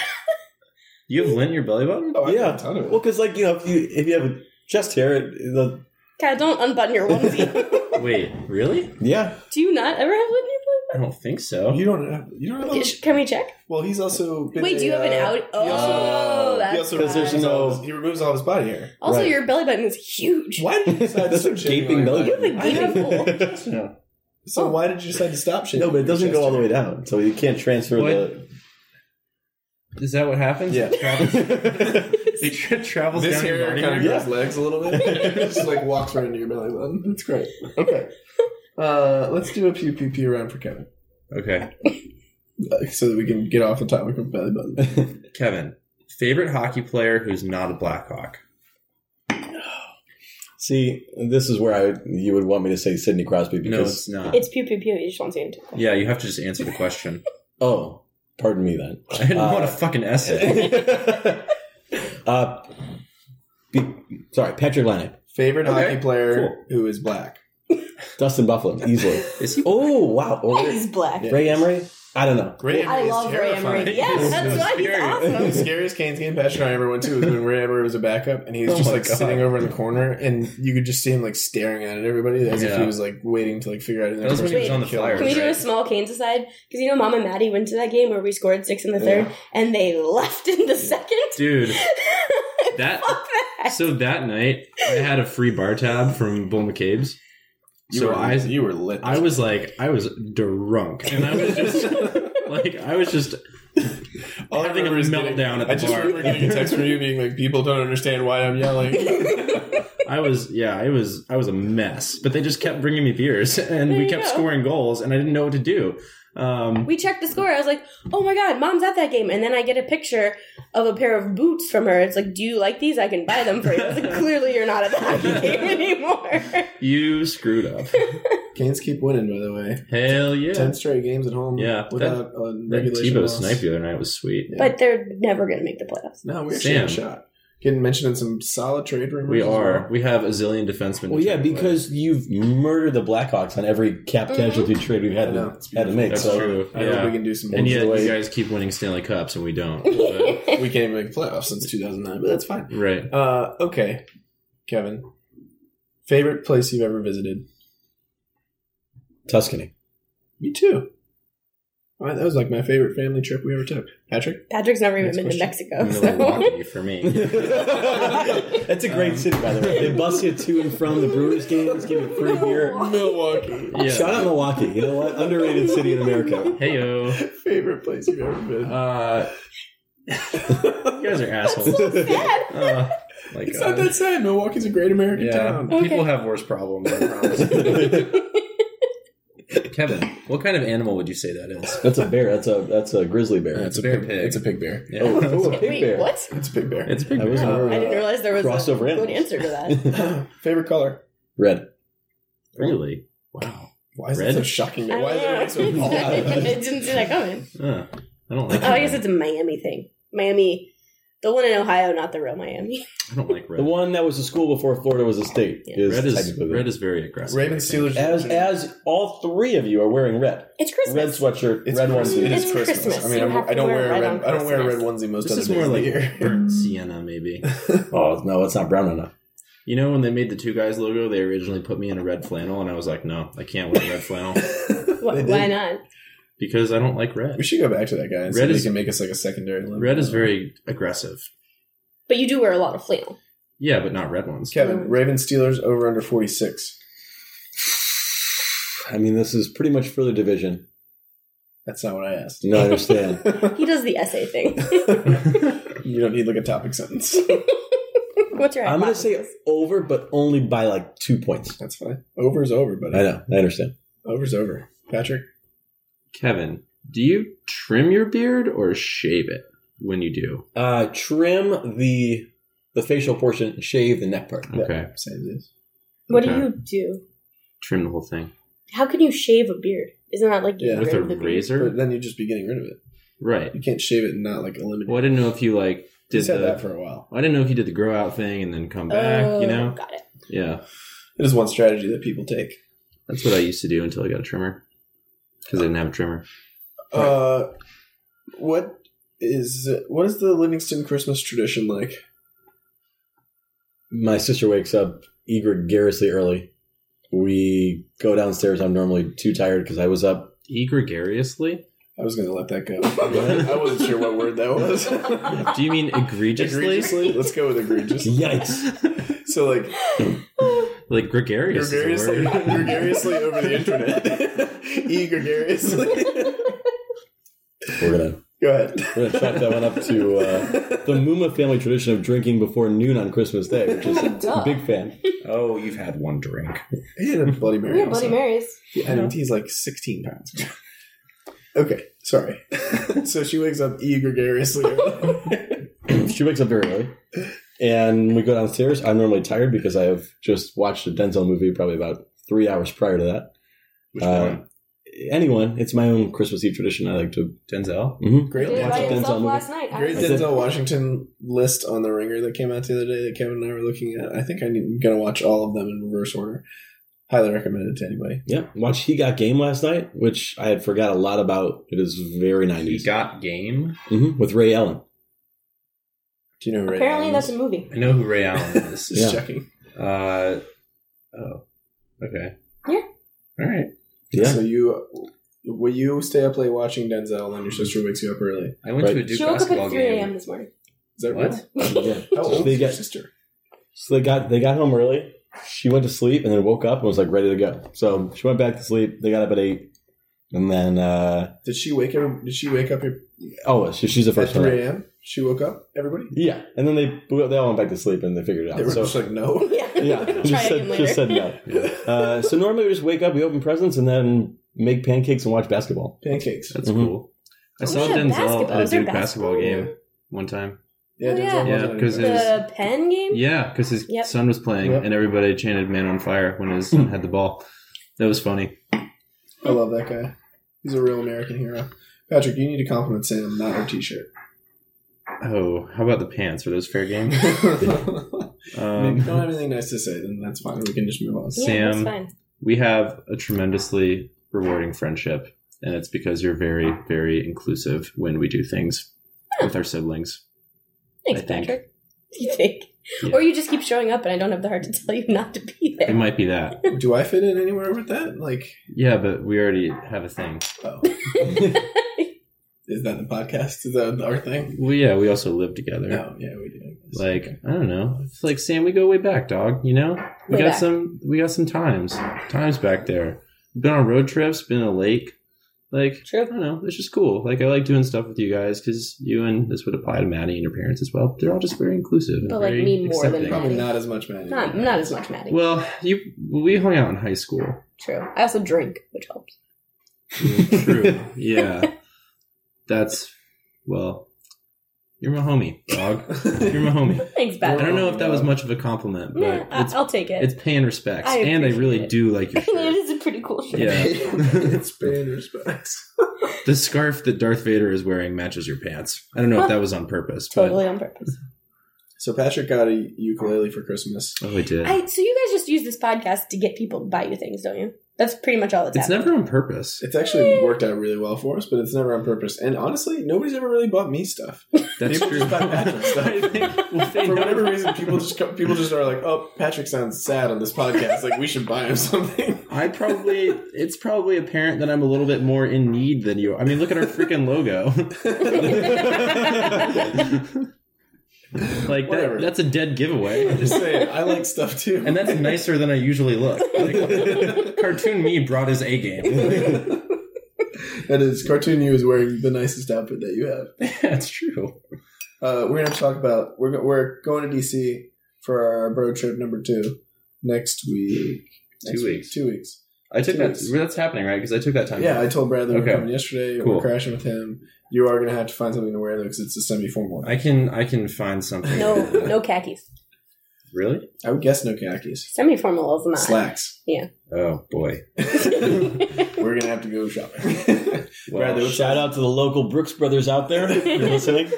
Speaker 1: You have lint in your belly
Speaker 3: (laughs)
Speaker 1: button?
Speaker 3: Oh, I've
Speaker 4: Yeah.
Speaker 3: got a ton of
Speaker 4: well,
Speaker 3: it.
Speaker 4: because like you know, if you if you have a chest hair, it, the
Speaker 2: Kyle, don't unbutton your
Speaker 3: (laughs)
Speaker 2: onesie.
Speaker 1: Wait, really?
Speaker 4: yeah,
Speaker 2: do you not ever have one in
Speaker 1: I oh, don't think so.
Speaker 3: You don't have. You
Speaker 2: your
Speaker 3: don't have. a-
Speaker 2: belly? button? Can we check?
Speaker 3: Well, he's also. Been
Speaker 2: Wait,
Speaker 3: a,
Speaker 2: do you have an
Speaker 3: uh,
Speaker 2: out?
Speaker 3: he also- uh,
Speaker 2: Oh,
Speaker 3: he
Speaker 2: that's
Speaker 3: also
Speaker 4: Because there's
Speaker 2: why.
Speaker 3: removes all
Speaker 4: no-
Speaker 3: his- He removes all his body hair.
Speaker 2: Also,
Speaker 4: Right.
Speaker 2: your belly button is huge.
Speaker 3: Why did you decide to
Speaker 4: that's
Speaker 3: stop
Speaker 4: a
Speaker 3: shaving
Speaker 4: gaping
Speaker 3: your
Speaker 4: belly.
Speaker 3: belly
Speaker 2: You have a gaping hole.
Speaker 4: (laughs) no,
Speaker 3: So why did you decide to stop shaving?
Speaker 4: but it
Speaker 3: your
Speaker 4: doesn't
Speaker 3: chest
Speaker 4: go all the
Speaker 3: hair?
Speaker 4: way down, so you can't transfer
Speaker 1: Is that what happens?
Speaker 3: Yeah.
Speaker 1: It (laughs) travels,
Speaker 4: the.
Speaker 1: it tra- travels
Speaker 3: This
Speaker 1: down your
Speaker 3: hair
Speaker 1: body
Speaker 3: kind of
Speaker 1: hair?
Speaker 3: grows legs a little bit. it (laughs) just like walks right into your belly button. It's great. Okay. Uh, let's do a pew pew pew round for Kevin,
Speaker 1: Okay.
Speaker 3: uh, so that we can get off the topic of belly button.
Speaker 1: Kevin, favorite hockey player who's not a Blackhawk?
Speaker 4: (laughs) See, this is where I would, you would want me to say Sidney Crosby
Speaker 1: No,
Speaker 4: because
Speaker 1: it's not.
Speaker 2: It's pew pew pew. You just want to see it.
Speaker 1: yeah, you have to just answer the question. (laughs)
Speaker 4: oh, pardon
Speaker 3: (laughs)
Speaker 4: me then. (laughs)
Speaker 1: I didn't
Speaker 4: Uh,
Speaker 1: want a fucking essay.
Speaker 4: uh, be, sorry, Patrick Lanik,
Speaker 3: Favorite
Speaker 1: Okay.
Speaker 3: hockey player
Speaker 1: Cool.
Speaker 3: who is black.
Speaker 4: Dustin Bufflin, easily.
Speaker 1: Is he?
Speaker 4: Oh wow, or
Speaker 2: He's black.
Speaker 4: Ray Emery? I don't know.
Speaker 3: Ray
Speaker 2: I love Ray Emery.
Speaker 3: (laughs)
Speaker 2: Yes, that's why he's
Speaker 1: Scary. (laughs)
Speaker 3: The
Speaker 2: awesome.
Speaker 3: scariest Kane's game passion I ever went to was when Ray Emery was a backup, and he was
Speaker 1: Oh
Speaker 3: just
Speaker 1: my
Speaker 3: like
Speaker 1: God.
Speaker 3: sitting over in the corner, and you could just see him like staring at everybody as if
Speaker 1: Yeah.
Speaker 3: he was like waiting to like figure out.
Speaker 1: That was when he was on the Flyers.
Speaker 2: Can we do a small Canes aside? Because you know, Mom and Maddie went to that game where we scored six in the third, and they left in the second.
Speaker 1: Dude, that.
Speaker 2: (laughs) Fuck that.
Speaker 1: So that night, I had a free bar tab from Bull McCabe's.
Speaker 3: You
Speaker 1: so
Speaker 3: were,
Speaker 1: I,
Speaker 3: you were lit. (laughs)
Speaker 1: I was like, I was drunk, and I was (laughs) just like, I was just
Speaker 3: All I
Speaker 1: having a
Speaker 3: remember is getting-
Speaker 1: meltdown at the
Speaker 3: I just
Speaker 1: bar.
Speaker 3: remember getting a text from you being like, "People don't understand why
Speaker 1: (laughs)
Speaker 3: I'm yelling."
Speaker 1: I was yeah, I was I was a mess. But they just kept bringing me beers, (laughs) and
Speaker 2: There
Speaker 1: we
Speaker 2: you
Speaker 1: kept
Speaker 2: go.
Speaker 1: scoring goals, and I didn't know what to do. Um,
Speaker 2: we checked the score. I was like, "Oh my god, mom's at that game!" And then I get a picture of a pair of boots from her. It's like, "Do you like these? I can buy them for you." I was like, "Clearly, you're not at the hockey (laughs)
Speaker 1: (laughs)
Speaker 2: game anymore."
Speaker 1: you screwed
Speaker 2: (laughs)
Speaker 1: up.
Speaker 3: Canes keep winning, by the way.
Speaker 1: Hell yeah!
Speaker 3: Ten straight games at home.
Speaker 1: Yeah,
Speaker 3: without a
Speaker 1: that
Speaker 3: regulation
Speaker 1: Tebow
Speaker 3: loss.
Speaker 1: snipe the other night was sweet.
Speaker 2: But they're never going to make the playoffs.
Speaker 3: No, we actually
Speaker 1: Sam.
Speaker 3: had a shot. Getting mentioned in some solid trade rumors.
Speaker 1: We
Speaker 3: as well.
Speaker 1: are. We have a zillion defensemen.
Speaker 4: Well,
Speaker 1: to
Speaker 4: yeah,
Speaker 1: trade away.
Speaker 4: because you've murdered the Blackhawks on every cap
Speaker 2: Mhm.
Speaker 4: casualty trade we've had
Speaker 3: I know.
Speaker 4: to, had to make.
Speaker 1: That's
Speaker 4: So
Speaker 1: true.
Speaker 3: I hope
Speaker 1: Yeah.
Speaker 3: we can do some. more.
Speaker 1: and yet
Speaker 4: Way-
Speaker 1: you guys keep winning Stanley Cups and we don't. But-
Speaker 3: we can't make playoffs since 2009, but that's fine.
Speaker 1: right.
Speaker 3: Uh, okay, Kevin. Favorite place you've ever visited?
Speaker 4: (laughs) Tuscany.
Speaker 3: Me too. All right, that was like my favorite family trip we ever took. Patrick,
Speaker 2: Patrick's never even
Speaker 3: Next
Speaker 2: been to
Speaker 3: question.
Speaker 2: Mexico, so
Speaker 1: Milwaukee for
Speaker 4: (laughs)
Speaker 1: me.
Speaker 4: That's a great
Speaker 1: Um,
Speaker 4: city, by the way. They bus you to and from the Brewers games, give you free
Speaker 2: (laughs)
Speaker 4: beer.
Speaker 3: Milwaukee.
Speaker 4: Shout
Speaker 1: Yeah.
Speaker 4: out Milwaukee. You know what? Underrated city
Speaker 2: (laughs)
Speaker 4: in America.
Speaker 1: Hey yo.
Speaker 3: (laughs) favorite place you've ever been.
Speaker 1: Uh, you guys are assholes.
Speaker 2: sad.
Speaker 1: Uh, like,
Speaker 3: It's
Speaker 1: uh,
Speaker 3: not that sad. Milwaukee's a great American
Speaker 1: yeah. Uh,
Speaker 3: town.
Speaker 2: Okay.
Speaker 1: People have worse problems. I promise. Kevin, what kind of animal would you say that is?
Speaker 4: That's a bear. That's a that's a grizzly bear.
Speaker 1: That's a bear pig.
Speaker 3: It's a pig bear.
Speaker 1: Yeah.
Speaker 4: oh, oh, a pig
Speaker 2: Wait,
Speaker 4: bear.
Speaker 2: what?
Speaker 3: It's a pig bear.
Speaker 1: It's a big
Speaker 4: I
Speaker 1: bear.
Speaker 4: wasn't
Speaker 2: Oh, I
Speaker 4: aware. of
Speaker 2: didn't
Speaker 4: that.
Speaker 2: realize there was a
Speaker 4: crossover
Speaker 2: good
Speaker 4: animals.
Speaker 2: answer to that.
Speaker 3: favorite color.
Speaker 4: (laughs) Red.
Speaker 1: Really?
Speaker 3: Wow. Why is
Speaker 1: Red?
Speaker 3: it so shocking?
Speaker 2: I
Speaker 3: to- Why is everyone so (laughs)
Speaker 2: don't know. (laughs) I
Speaker 3: involved?
Speaker 2: didn't see that coming.
Speaker 1: Uh, I don't like.
Speaker 2: Oh, I
Speaker 1: red.
Speaker 2: guess it's a Miami thing. Miami, the one in Ohio, not the real Miami. (laughs)
Speaker 1: I don't like red.
Speaker 4: The one that was a school before Florida was a state
Speaker 2: Yeah.
Speaker 4: is
Speaker 1: red is
Speaker 4: technically
Speaker 1: red is very aggressive.
Speaker 3: Ravens
Speaker 1: I think.
Speaker 3: Steelers.
Speaker 4: as as all three of you are wearing red.
Speaker 2: It's Christmas.
Speaker 4: Red sweatshirt,
Speaker 3: It's
Speaker 4: red
Speaker 3: Christmas. It
Speaker 4: onesie.
Speaker 3: is
Speaker 2: It's
Speaker 3: Christmas.
Speaker 2: Christmas.
Speaker 3: I mean,
Speaker 2: You
Speaker 3: I'm-
Speaker 2: have
Speaker 3: I don't
Speaker 2: to wear
Speaker 3: wear
Speaker 2: red
Speaker 3: a red.
Speaker 2: on
Speaker 3: I don't wear a red
Speaker 2: Christmas.
Speaker 3: onesie most
Speaker 1: This
Speaker 3: other
Speaker 1: is
Speaker 3: days
Speaker 1: more
Speaker 3: of the
Speaker 1: like
Speaker 3: year.
Speaker 1: burnt
Speaker 3: (laughs)
Speaker 1: sienna, maybe.
Speaker 4: Oh no, it's not brown enough.
Speaker 1: You know, when they made the two guys logo, they originally put me in a red flannel, and I was like, no, I can't wear red flannel (laughs)
Speaker 2: Wh- Why,
Speaker 3: They did.
Speaker 2: not?
Speaker 1: because I don't like red.
Speaker 3: We should go back to that guy. And see
Speaker 1: Red
Speaker 3: if
Speaker 1: is-
Speaker 3: he can make us like a secondary. limit.
Speaker 1: Red is very aggressive.
Speaker 2: But you do wear a lot of flannel.
Speaker 1: Yeah, but not red ones.
Speaker 2: Oh.
Speaker 3: Kevin, Ravens Steelers over under 46.
Speaker 4: I mean, this is pretty much further division.
Speaker 3: That's not what I asked.
Speaker 4: No, I (laughs) understand.
Speaker 2: He does the essay thing.
Speaker 3: (laughs)
Speaker 2: (laughs)
Speaker 3: You don't need like a topic sentence.
Speaker 2: What's your?
Speaker 4: I'm gonna say
Speaker 2: hypothesis?
Speaker 4: over, but only by like two points.
Speaker 3: That's fine. Over's over, buddy.
Speaker 4: I know. I understand.
Speaker 3: Over's over. Patrick,
Speaker 1: Kevin, do you trim your beard or shave it when you do?
Speaker 4: Uh, trim the the facial portion, shave the neck part.
Speaker 1: Okay.
Speaker 3: same as
Speaker 2: What do
Speaker 1: Okay.
Speaker 2: you do?
Speaker 1: Trim the whole thing.
Speaker 2: How can you shave a beard? Isn't that like
Speaker 3: Yeah.
Speaker 2: getting
Speaker 1: With
Speaker 2: rid
Speaker 1: a
Speaker 2: of the beard?
Speaker 3: But
Speaker 1: razor?
Speaker 3: then you'd just be getting rid of it.
Speaker 1: Right.
Speaker 3: You can't shave it and not like eliminate
Speaker 1: Well, I
Speaker 3: it.
Speaker 1: didn't know if you, like,
Speaker 3: You
Speaker 1: did
Speaker 3: said that
Speaker 1: the.
Speaker 3: for Uh, a while.
Speaker 1: I didn't know if you did the grow out thing and then come back,
Speaker 2: Oh,
Speaker 1: you know?
Speaker 2: Got it.
Speaker 1: Yeah.
Speaker 3: It is one strategy that people take.
Speaker 1: That's what I used to do until I got a trimmer because I didn't have a trimmer.
Speaker 3: Uh, what is what is the Livingston Christmas tradition like?
Speaker 4: My sister wakes up egregiously early. We go downstairs. I'm normally too tired because I was up.
Speaker 1: Egregiously?
Speaker 3: I was going to let that
Speaker 4: (laughs)
Speaker 3: go. I wasn't sure what word that (laughs) was.
Speaker 1: Do you mean egregiously?
Speaker 3: egregiously? Let's go with egregious.
Speaker 4: Yikes!
Speaker 3: So like
Speaker 2: (laughs)
Speaker 1: Like gregarious. is a
Speaker 3: gregariously,
Speaker 1: word.
Speaker 3: (laughs) gregariously over the internet. (laughs) e gregariously.
Speaker 4: We're gonna
Speaker 3: (laughs) Go ahead.
Speaker 4: We're gonna chalk that one up to uh, the Muma family tradition of drinking before noon on Christmas Day, which is a
Speaker 2: Duh.
Speaker 4: big fan.
Speaker 1: (laughs)
Speaker 4: (clears throat)
Speaker 1: Oh, you've had one drink.
Speaker 3: (laughs) He had a Bloody Mary.
Speaker 2: Yeah,
Speaker 3: also.
Speaker 2: Bloody Marys.
Speaker 3: Yeah, and he's like 16 pounds. (laughs) okay, sorry. (laughs) so she wakes up e gregariously.
Speaker 4: (laughs) she wakes up very early, and we go downstairs. I'm normally tired because I have just watched a Denzel movie probably about three hours prior to that.
Speaker 1: Which
Speaker 4: Uh,
Speaker 1: one?
Speaker 4: Anyone, it's my own Christmas Eve tradition. I like to.
Speaker 1: Denzel?
Speaker 4: Mhm.
Speaker 3: Great,
Speaker 2: Did it
Speaker 4: watch
Speaker 2: by
Speaker 4: a
Speaker 3: Denzel,
Speaker 4: Denzel
Speaker 2: himself
Speaker 4: movie.
Speaker 2: last night. I
Speaker 3: great
Speaker 2: was-
Speaker 4: Denzel-
Speaker 3: Denzel Washington list on the Ringer that came out the other day that Kevin and I were looking at. I think I need- I'm going to watch all of them in reverse order. Highly recommend it to anybody.
Speaker 4: Yeah, watched He Got Game last night, which I had forgot a lot about. It is very 90s
Speaker 1: got game.
Speaker 4: Mhm, with Ray Allen.
Speaker 3: Do you know who Ray
Speaker 2: Apparently,
Speaker 3: Allen
Speaker 2: that's
Speaker 3: is?
Speaker 2: a movie.
Speaker 1: I know who Ray Allen is. (laughs)
Speaker 3: Just
Speaker 4: Yeah.
Speaker 3: checking.
Speaker 1: uh, oh, okay.
Speaker 2: Yeah.
Speaker 1: All right.
Speaker 4: Yeah,
Speaker 3: So you. Will you stay up late watching Denzel and then your sister wakes you up early?
Speaker 1: I went
Speaker 4: Right.
Speaker 1: to a Duke
Speaker 2: She woke up
Speaker 1: basketball
Speaker 2: at 3 a.m.
Speaker 1: game.
Speaker 2: this morning.
Speaker 3: Is
Speaker 2: (laughs)
Speaker 3: that
Speaker 1: What?
Speaker 3: right?
Speaker 4: yeah.
Speaker 3: How old
Speaker 4: They
Speaker 3: is your
Speaker 4: got-
Speaker 3: sister?
Speaker 4: So they got they got home early. She went to sleep and then woke up and was like ready to go. So she went back to sleep. They got up at eight, and then uh,
Speaker 3: Did she wake up? Did she wake up here
Speaker 4: oh, she, she's the
Speaker 3: at
Speaker 4: first one.
Speaker 3: 3
Speaker 4: up.
Speaker 3: a.m.? She woke up. Everybody.
Speaker 4: Yeah, and then they they all went back to sleep and they figured it
Speaker 3: They
Speaker 4: out.
Speaker 3: were
Speaker 4: So
Speaker 3: just like, no. (laughs)
Speaker 2: Yeah. (laughs)
Speaker 4: yeah,
Speaker 2: Try
Speaker 4: just
Speaker 2: again
Speaker 4: said,
Speaker 2: later.
Speaker 4: just said no. Uh, so normally we just wake up, we open presents, and then make pancakes and watch basketball.
Speaker 3: Pancakes.
Speaker 1: That's
Speaker 4: Mhm.
Speaker 1: cool. Mm-hmm. I
Speaker 2: Oh,
Speaker 1: saw
Speaker 2: yeah,
Speaker 1: Denzel
Speaker 2: basketball.
Speaker 1: at a
Speaker 2: Is there
Speaker 1: Duke basketball
Speaker 2: basketball?
Speaker 1: game one time.
Speaker 3: Yeah,
Speaker 2: Oh, yeah.
Speaker 3: Denzel
Speaker 1: Yeah,
Speaker 3: wasn't
Speaker 1: 'cause
Speaker 3: in it.
Speaker 1: it-
Speaker 2: The pen game?
Speaker 1: Yeah, because his
Speaker 2: Yep.
Speaker 1: son was playing,
Speaker 3: Yep.
Speaker 1: and everybody chanted "Man on Fire" when his son had the ball. That was funny.
Speaker 3: I love that guy. He's a real American hero. Patrick, you need to compliment Sam, not her T-shirt.
Speaker 1: Oh, how about the pants? Are those fair
Speaker 3: (laughs)
Speaker 1: game?
Speaker 3: If you don't
Speaker 1: Um,
Speaker 3: have anything nice to say, then that's fine. We can just move on.
Speaker 2: Yeah,
Speaker 1: Sam.
Speaker 2: that's fine.
Speaker 1: we have a tremendously rewarding friendship, and it's because you're very, very inclusive when we do things with our siblings.
Speaker 2: Thanks,
Speaker 1: I think.
Speaker 2: Patrick. (laughs) You think?
Speaker 1: Yeah.
Speaker 2: Or you just keep showing up, and I don't have the heart to tell you not to be
Speaker 1: It
Speaker 2: there.
Speaker 1: might be that.
Speaker 3: Do I fit in anywhere with that? Like,
Speaker 1: Yeah, but we already have a thing.
Speaker 2: (laughs)
Speaker 3: oh. is that the podcast? Is that our thing?
Speaker 1: Well, yeah, we also live together.
Speaker 3: No, yeah, we do.
Speaker 1: Like I don't know. It's like Sam, we go way back, dog. You know, we
Speaker 2: Way
Speaker 1: got
Speaker 2: back.
Speaker 1: some. We got some times. Times back there. We've been on road trips. Been in a lake. Like I
Speaker 2: True.
Speaker 1: don't know. It's just cool. Like I like doing stuff with you guys because you and this would apply to Maddie and your parents as well. They're all just very inclusive. and
Speaker 2: But, like,
Speaker 1: very
Speaker 2: me more than
Speaker 1: accepting.
Speaker 2: Maddie.
Speaker 3: probably not as much, man.
Speaker 2: Not not as much Maddie.
Speaker 1: Well, you we hung out in high school.
Speaker 2: True. I also drink, which helps.
Speaker 1: True.
Speaker 3: (laughs)
Speaker 2: (laughs)
Speaker 1: yeah. That's well. You're my homie, dog. You're my
Speaker 2: (laughs)
Speaker 1: homie.
Speaker 2: Thanks,
Speaker 1: I
Speaker 2: Patrick.
Speaker 1: don't know if that was much of a compliment, but
Speaker 2: Yeah, I-
Speaker 1: it's
Speaker 2: I'll take it. (laughs)
Speaker 1: It's paying respects,
Speaker 2: I
Speaker 1: and I really
Speaker 2: appreciate it.
Speaker 1: do like
Speaker 2: (laughs)
Speaker 1: your
Speaker 2: it
Speaker 1: shirt.
Speaker 2: is a pretty cool shirt.
Speaker 1: Yeah.
Speaker 2: (laughs)
Speaker 3: it's paying respects.
Speaker 1: the scarf that Darth Vader is wearing matches your pants. I don't know if that was on purpose, but
Speaker 2: Totally on purpose.
Speaker 3: So Patrick got a ukulele for Christmas.
Speaker 1: oh, it did.
Speaker 2: I, so you guys just use this podcast to get people to buy you things, don't you? That's pretty much all that's
Speaker 1: it's
Speaker 2: happened.
Speaker 1: never on purpose.
Speaker 3: It's actually worked out really well for us, but it's never on purpose. And honestly, nobody's ever really bought me stuff.
Speaker 1: That's
Speaker 3: People
Speaker 1: true.
Speaker 3: just buy Patrick stuff.
Speaker 1: I (laughs) think- well, they
Speaker 3: For
Speaker 1: know-
Speaker 3: whatever reason, people just co- people just are like, "Oh, Patrick sounds sad on this podcast. Like we should buy him something." (laughs)
Speaker 1: I probably it's probably apparent that I'm a little bit more in need than you. are. I mean, look at our freaking logo. (laughs) like that,
Speaker 3: Whatever.
Speaker 1: that's a dead giveaway. (laughs)
Speaker 3: I'm just saying, I like stuff too.
Speaker 1: And that's nicer than I usually look. (laughs) Like, cartoon me brought his A game. (laughs)
Speaker 3: that is, cartoon you is wearing the nicest outfit that you have.
Speaker 1: that's true.
Speaker 3: Uh, we're going to talk about we're go- we're going to DC for our road trip number two next week.
Speaker 1: Two
Speaker 3: Next
Speaker 1: weeks.
Speaker 3: Two weeks.
Speaker 1: I took that.
Speaker 3: Yes.
Speaker 1: That's happening, right? Because I took that time.
Speaker 3: Yeah, I told Bradley
Speaker 1: Okay.
Speaker 3: we're coming yesterday.
Speaker 1: Cool.
Speaker 3: We're crashing with him. You are going to have to find something to wear though, because it's a semi-formal.
Speaker 1: I can I can find something.
Speaker 2: (laughs) No, no khakis.
Speaker 1: Really?
Speaker 3: I would guess no khakis,
Speaker 2: Semi-formal is not.
Speaker 3: slacks.
Speaker 1: Oh boy.
Speaker 3: We're going to have to go shopping.
Speaker 1: Well,
Speaker 4: shout out to the local Brooks brothers out there. (laughs)
Speaker 2: (laughs)
Speaker 4: You're listening.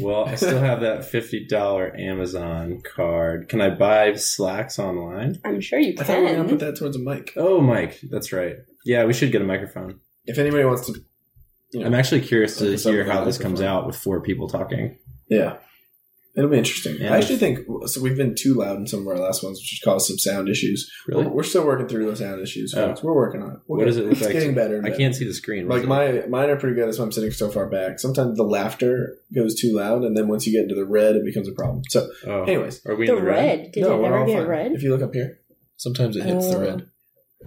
Speaker 1: well, I still have that fifty dollar Amazon card. Can I buy slacks online?
Speaker 2: I'm sure you
Speaker 3: I thought we were going to put
Speaker 2: can.
Speaker 3: that towards a mic.
Speaker 1: Oh, Mike, that's right. Yeah, we should get a microphone.
Speaker 3: If anybody wants to, you know,
Speaker 1: I'm actually curious to
Speaker 3: Like a
Speaker 1: hear how this
Speaker 3: microphone.
Speaker 1: comes out with four people talking.
Speaker 3: yeah, it'll be interesting.
Speaker 1: Yeah.
Speaker 3: I actually think so. We've been too loud in some of our last ones, which has caused some sound issues. We're,
Speaker 1: Really?
Speaker 3: we're still working through those sound issues.
Speaker 1: Oh.
Speaker 3: folks. We're working on it.
Speaker 1: What
Speaker 3: We'll get-
Speaker 1: does it look
Speaker 3: it's
Speaker 1: like?
Speaker 3: Getting better. and
Speaker 1: I
Speaker 3: better.
Speaker 1: can't see the screen.
Speaker 3: Like
Speaker 1: What's
Speaker 3: my mine are pretty good. That's why I'm sitting so far back. Sometimes the laughter goes too loud, and then once you get into the red, it becomes a problem. So,
Speaker 1: it? Oh.
Speaker 3: anyways,
Speaker 1: are we
Speaker 2: The
Speaker 1: in the red?
Speaker 2: red. Did
Speaker 3: no,
Speaker 2: it
Speaker 3: we're
Speaker 2: ever
Speaker 3: all
Speaker 2: get
Speaker 3: fine.
Speaker 2: red?
Speaker 3: If you look up here, sometimes it hits the
Speaker 2: Oh.
Speaker 3: red.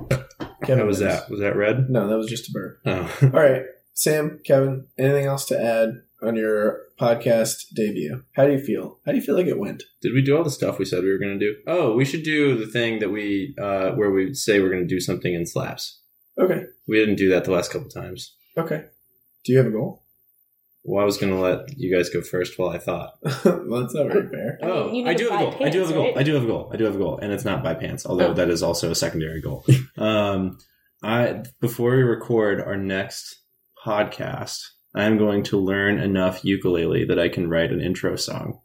Speaker 1: What was
Speaker 3: knows.
Speaker 1: that? Was that red?
Speaker 3: No, that was just a bird.
Speaker 1: Oh. (laughs)
Speaker 3: All right, Sam, Kevin, anything else to add on your podcast debut? How do you feel? How do you feel like it went?
Speaker 1: Did we do all the stuff we said we were going to do? Oh, we should do the thing that we uh, where we say we're going to do something in slaps.
Speaker 3: Okay,
Speaker 1: We didn't do that the last couple times.
Speaker 3: okay. Do you have a goal? (laughs)
Speaker 1: Well, I was going to let you guys go first while I thought.
Speaker 3: well, that's not (laughs) very fair.
Speaker 2: I mean,
Speaker 1: oh,
Speaker 2: you need
Speaker 1: I
Speaker 2: to
Speaker 1: do have a
Speaker 2: buy
Speaker 1: goal. I do have a goal.
Speaker 2: pants, right?
Speaker 1: I do have a goal. I do have a goal, and it's not buy pants, although
Speaker 2: Oh.
Speaker 1: that is also a secondary
Speaker 2: (laughs)
Speaker 1: goal. um, I before we record our next podcast, I am going to learn enough ukulele that I can write an intro song.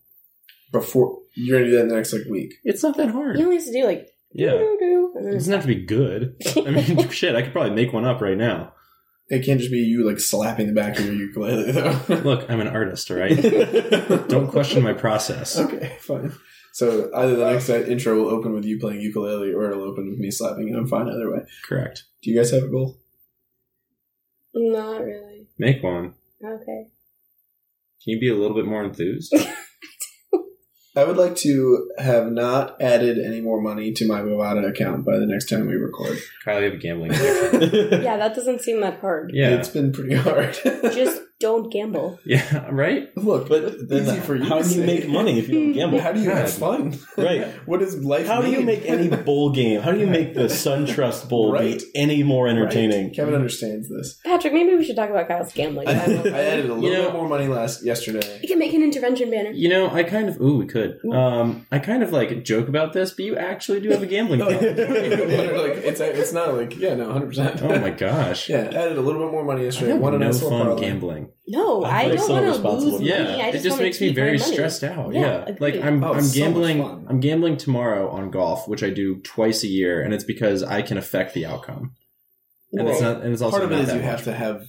Speaker 3: Before you're gonna do that in the next like week.
Speaker 1: It's not that hard.
Speaker 2: He only has to do like (laughs)
Speaker 1: Yeah,
Speaker 2: doo-doo-doo, and
Speaker 1: it
Speaker 2: then it's
Speaker 1: doesn't have to be good. (laughs) I mean, shit, I could probably make one up right now.
Speaker 3: It can't just be you like slapping the back of your ukulele (laughs) though.
Speaker 1: Look, I'm an artist, all right? Don't question my process.
Speaker 3: (laughs) Okay, fine. So either the next night intro will open with you playing ukulele, or it'll open with me slapping, and I'm fine either way.
Speaker 1: Correct.
Speaker 3: Do you guys have a goal?
Speaker 2: (laughs) not really.
Speaker 1: Make one.
Speaker 2: Okay.
Speaker 1: Can you be a little bit more enthused?
Speaker 3: I would like to have not added any more money to my Bovada account by the next time we record.
Speaker 1: Kylie, have a gambling addiction.
Speaker 2: Yeah, that doesn't seem that hard.
Speaker 1: Yeah.
Speaker 3: (laughs) It's been pretty hard.
Speaker 2: (laughs) Just don't gamble.
Speaker 1: yeah, right?
Speaker 3: Look,
Speaker 4: (laughs) But then
Speaker 3: Easy for you
Speaker 4: how
Speaker 3: to
Speaker 4: do you
Speaker 3: say.
Speaker 4: make money if you don't gamble?
Speaker 3: how do (laughs) you have fun?
Speaker 4: Right.
Speaker 3: What is life?
Speaker 4: How do you
Speaker 3: mean? (laughs)
Speaker 4: make any bowl game? How do you make the SunTrust Bowl
Speaker 3: Right.
Speaker 4: be any more
Speaker 3: Right.
Speaker 4: entertaining?
Speaker 3: Kevin understands this.
Speaker 2: Patrick, maybe we should talk about Kyle's gambling.
Speaker 3: I, I added a little
Speaker 1: know-
Speaker 3: bit more money last yesterday.
Speaker 2: (laughs) You can make an intervention banner.
Speaker 1: You know, I kind of ooh, we could. Um, I kind of like joke about this, but you actually do have a gambling
Speaker 3: No, (laughs) like,
Speaker 1: problem.
Speaker 3: it's it's not like yeah no hundred percent.
Speaker 1: oh my gosh.
Speaker 3: (laughs) Yeah, added a little bit more money
Speaker 1: I
Speaker 3: yesterday.
Speaker 1: have
Speaker 3: One
Speaker 1: no
Speaker 3: nice little
Speaker 1: fun
Speaker 3: parlay.
Speaker 1: gambling.
Speaker 4: thing.
Speaker 2: No,
Speaker 4: I'm
Speaker 2: I
Speaker 4: very
Speaker 2: don't want to
Speaker 4: self-responsible.
Speaker 2: lose
Speaker 4: Yeah,
Speaker 2: money. I
Speaker 1: it
Speaker 2: just
Speaker 1: just
Speaker 2: wanna
Speaker 1: makes me
Speaker 2: keep my
Speaker 1: very
Speaker 2: money.
Speaker 1: stressed out.
Speaker 2: Yeah,
Speaker 1: Yeah,
Speaker 2: agreed.
Speaker 1: like I'm
Speaker 3: Oh,
Speaker 1: I'm
Speaker 3: it's so much
Speaker 1: gambling.
Speaker 3: fun.
Speaker 1: I'm gambling tomorrow on golf, which I do twice a year, and it's because I can affect the outcome. And it's
Speaker 3: Well,
Speaker 1: not. And it's also
Speaker 3: Part of
Speaker 1: not
Speaker 3: it is
Speaker 1: that
Speaker 3: you
Speaker 1: much.
Speaker 3: have to have.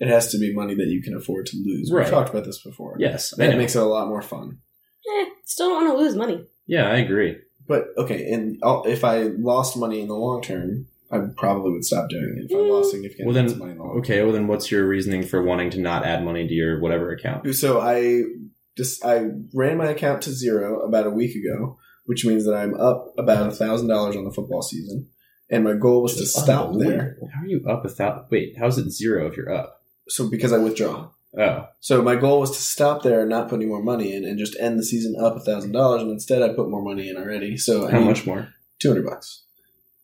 Speaker 3: It has to be money that you can afford to lose.
Speaker 1: Right.
Speaker 3: We've talked about this before.
Speaker 1: Yes, I
Speaker 3: that
Speaker 1: know.
Speaker 3: makes it a lot more fun.
Speaker 2: Eh, still don't want to lose money.
Speaker 1: yeah, I agree.
Speaker 3: But okay, and i if I lost money in the long term, I probably would stop doing it. If I
Speaker 2: Mm.
Speaker 3: lost significant
Speaker 1: Well, then-
Speaker 3: amounts of money in the long
Speaker 1: Okay, well then, what's your reasoning for wanting to not add money to your whatever account?
Speaker 3: term. So I just I ran my account to zero about a week ago, which means that I'm up about a thousand dollars on the football season, and my goal was to stop there.
Speaker 1: How are you up a thousand? Wait, how's it zero if you're up?
Speaker 3: So because I withdraw.
Speaker 1: Oh,
Speaker 3: So my goal was to stop there and not put any more money in, and just end the season up a thousand dollars. And instead, I put more money in already. So I
Speaker 1: how
Speaker 3: need
Speaker 1: much more?
Speaker 3: Two hundred bucks.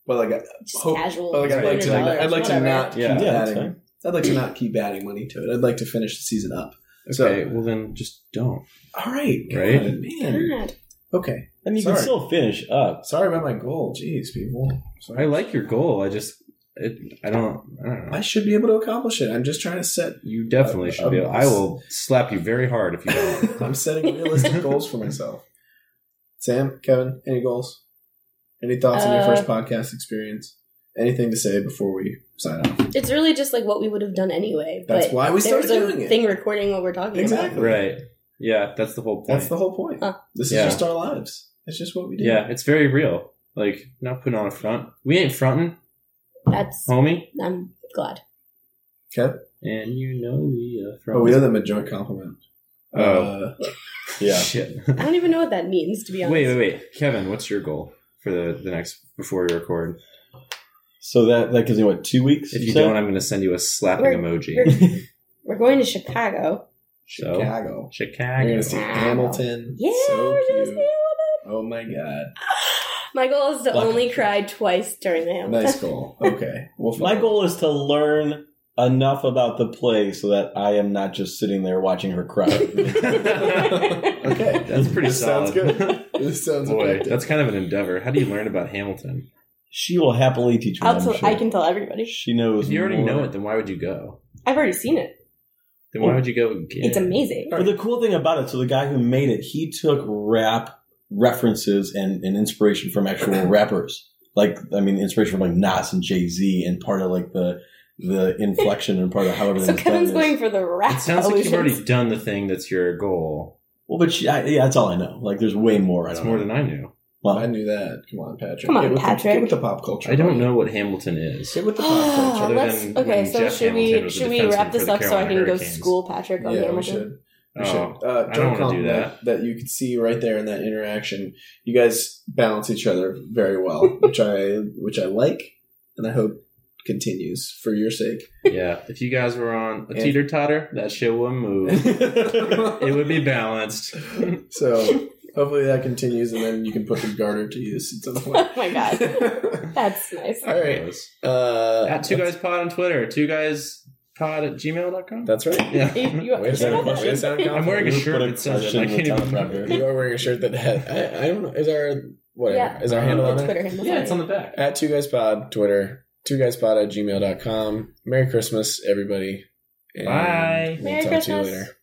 Speaker 3: But like, I-
Speaker 2: Just
Speaker 3: Hope-
Speaker 2: casual.
Speaker 3: but like I'd like to,
Speaker 2: $200,
Speaker 3: I'd like to
Speaker 2: whatever.
Speaker 3: not
Speaker 1: Yeah,
Speaker 3: keep
Speaker 4: yeah, that's
Speaker 3: adding. I'd like to not keep adding money to it. I'd like to finish the season up. So-
Speaker 1: Okay, well then just don't.
Speaker 3: All right,
Speaker 1: Right?
Speaker 3: God, man.
Speaker 2: God.
Speaker 3: Okay,
Speaker 4: And you
Speaker 3: Sorry.
Speaker 4: can still finish up.
Speaker 3: sorry about my goal. Jeez, people.
Speaker 1: I like your goal. I just, it, I don't, I don't
Speaker 3: I
Speaker 1: know.
Speaker 3: should be able to accomplish it. I'm just trying to set.
Speaker 1: You
Speaker 3: Uh,
Speaker 1: definitely should be. Able, I will slap you very hard if you
Speaker 3: (laughs)
Speaker 1: don't. (laughs)
Speaker 3: I'm setting realistic goals for myself. Sam, Kevin, any goals? Any thoughts on your
Speaker 2: Uh,
Speaker 3: first podcast experience? Anything to say before we sign off?
Speaker 2: It's really just like what we would have done anyway.
Speaker 3: That's
Speaker 2: but
Speaker 3: why we
Speaker 2: there's
Speaker 3: started
Speaker 2: a
Speaker 3: doing it.
Speaker 2: thing recording what we're talking about.
Speaker 3: Exactly.
Speaker 1: right? Yeah, that's the whole point.
Speaker 3: That's the whole point.
Speaker 2: Huh.
Speaker 3: This
Speaker 1: Yeah.
Speaker 3: is just our lives. It's just what we do.
Speaker 1: yeah, it's very real. Like not putting on a front. We ain't fronting,
Speaker 2: That's
Speaker 1: homie.
Speaker 2: I'm glad.
Speaker 3: Okay.
Speaker 1: And you know we uh, front.
Speaker 3: Oh, we owe them a joint compliment.
Speaker 1: Oh.
Speaker 3: Uh, yeah.
Speaker 1: Shit.
Speaker 2: I don't even know what that means to be honest.
Speaker 1: wait, wait, wait, Kevin. What's your goal for the the next before we record?
Speaker 4: So that that gives me what two weeks.
Speaker 1: If you
Speaker 4: said?
Speaker 1: don't, I'm going to send you a slapping
Speaker 2: We're-
Speaker 1: emoji.
Speaker 2: We're, we're going to Chicago.
Speaker 1: So?
Speaker 3: Chicago. We're
Speaker 1: Chicago. (laughs)
Speaker 3: gonna see Hamilton.
Speaker 2: Yeah,
Speaker 3: so
Speaker 2: we're gonna
Speaker 3: cute.
Speaker 2: see
Speaker 3: Oh my god.
Speaker 2: My goal is to
Speaker 3: Black
Speaker 2: only
Speaker 3: and
Speaker 2: cry twice during the Hamilton.
Speaker 3: (laughs) Nice goal. Okay. Well,
Speaker 4: My
Speaker 3: fine.
Speaker 4: goal is to learn enough about the play so that I am not just sitting there watching
Speaker 3: (laughs)
Speaker 4: her cry.
Speaker 3: Okay.
Speaker 1: (laughs) That's pretty
Speaker 3: This
Speaker 1: solid.
Speaker 3: sounds This sounds
Speaker 1: Boy,
Speaker 3: effective.
Speaker 1: that's kind of an endeavor. How do you learn about Hamilton?
Speaker 4: she will happily teach
Speaker 2: (laughs)
Speaker 4: me.
Speaker 2: I'll
Speaker 4: I'm
Speaker 2: tell,
Speaker 4: sure.
Speaker 2: I can tell everybody.
Speaker 4: She knows.
Speaker 1: If you already
Speaker 4: more.
Speaker 1: know it, then why would you go?
Speaker 2: I've already seen it.
Speaker 1: Then why would you go again?
Speaker 2: It's amazing.
Speaker 4: But the cool thing about it, so the guy who made it, he took rap references and, and inspiration
Speaker 2: (coughs)
Speaker 4: from actual rappers. Like, I mean, inspiration from like Nas and Jay Z, and part of like the the inflection and part of how everything's
Speaker 2: So Kevin's
Speaker 4: done is-
Speaker 2: going for the rap.
Speaker 1: It sounds like you've already
Speaker 2: allusions.
Speaker 1: done the thing that's your goal.
Speaker 4: Well, but she, I, yeah, that's all I know. Like, there's way more. I
Speaker 1: That's
Speaker 4: don't
Speaker 1: more
Speaker 4: know.
Speaker 1: than I knew.
Speaker 4: Well,
Speaker 3: I knew that. Come on, Patrick.
Speaker 2: Come on,
Speaker 3: Get with The,
Speaker 2: Patrick.
Speaker 3: get with the pop culture.
Speaker 1: I don't know what Hamilton is.
Speaker 2: (gasps)
Speaker 3: Get with the pop culture.
Speaker 1: other
Speaker 2: Let's-
Speaker 1: than
Speaker 2: okay,
Speaker 1: when
Speaker 2: so
Speaker 1: Jeff
Speaker 2: should
Speaker 1: Hamilton
Speaker 2: we
Speaker 1: was a
Speaker 2: should we wrap
Speaker 1: defenseman
Speaker 2: this
Speaker 1: for the
Speaker 2: up so I can
Speaker 1: Carolina
Speaker 2: go
Speaker 1: Hurricanes.
Speaker 2: school Patrick on
Speaker 3: yeah, we
Speaker 2: Hamilton?
Speaker 3: should. We
Speaker 1: Oh,
Speaker 3: should. Uh,
Speaker 1: I don't want
Speaker 3: John
Speaker 1: to do
Speaker 3: Conklin,
Speaker 1: that.
Speaker 3: That you could see right there in that interaction. You guys balance each other very
Speaker 1: (laughs)
Speaker 3: well, which I which I like, and I hope continues for
Speaker 1: (laughs)
Speaker 3: your sake. (laughs)
Speaker 1: yeah. If you guys were on a
Speaker 3: Yeah.
Speaker 1: teeter totter, that shit would move.
Speaker 3: (laughs)
Speaker 1: it would be balanced. (laughs)
Speaker 3: So hopefully that continues, and then you can put the garter to use at some point.
Speaker 2: (laughs) Oh my god, that's nice.
Speaker 3: All right. Uh,
Speaker 1: At two guys pod on Twitter. Two guys pod at gmailcom
Speaker 3: That's right.
Speaker 1: (laughs) Yeah.
Speaker 2: You, you,
Speaker 3: Wait a second. Wait a second.
Speaker 1: I'm wearing a
Speaker 4: Put
Speaker 1: shirt that says it.
Speaker 4: question
Speaker 1: I
Speaker 4: in the
Speaker 1: can't even
Speaker 4: top
Speaker 1: remember.
Speaker 4: wrapper.
Speaker 3: You are wearing a shirt that has. I, I don't know. Is our whatever
Speaker 2: Yeah.
Speaker 3: is our handle on there?
Speaker 2: Twitter handle.
Speaker 1: Yeah, Uh, it's on the back.
Speaker 3: At two guys pod Twitter. Two guys pod at gmail.com. Merry Christmas, everybody. and
Speaker 1: Bye.
Speaker 3: We'll
Speaker 2: Merry
Speaker 3: talk to you
Speaker 2: Christmas.
Speaker 3: later.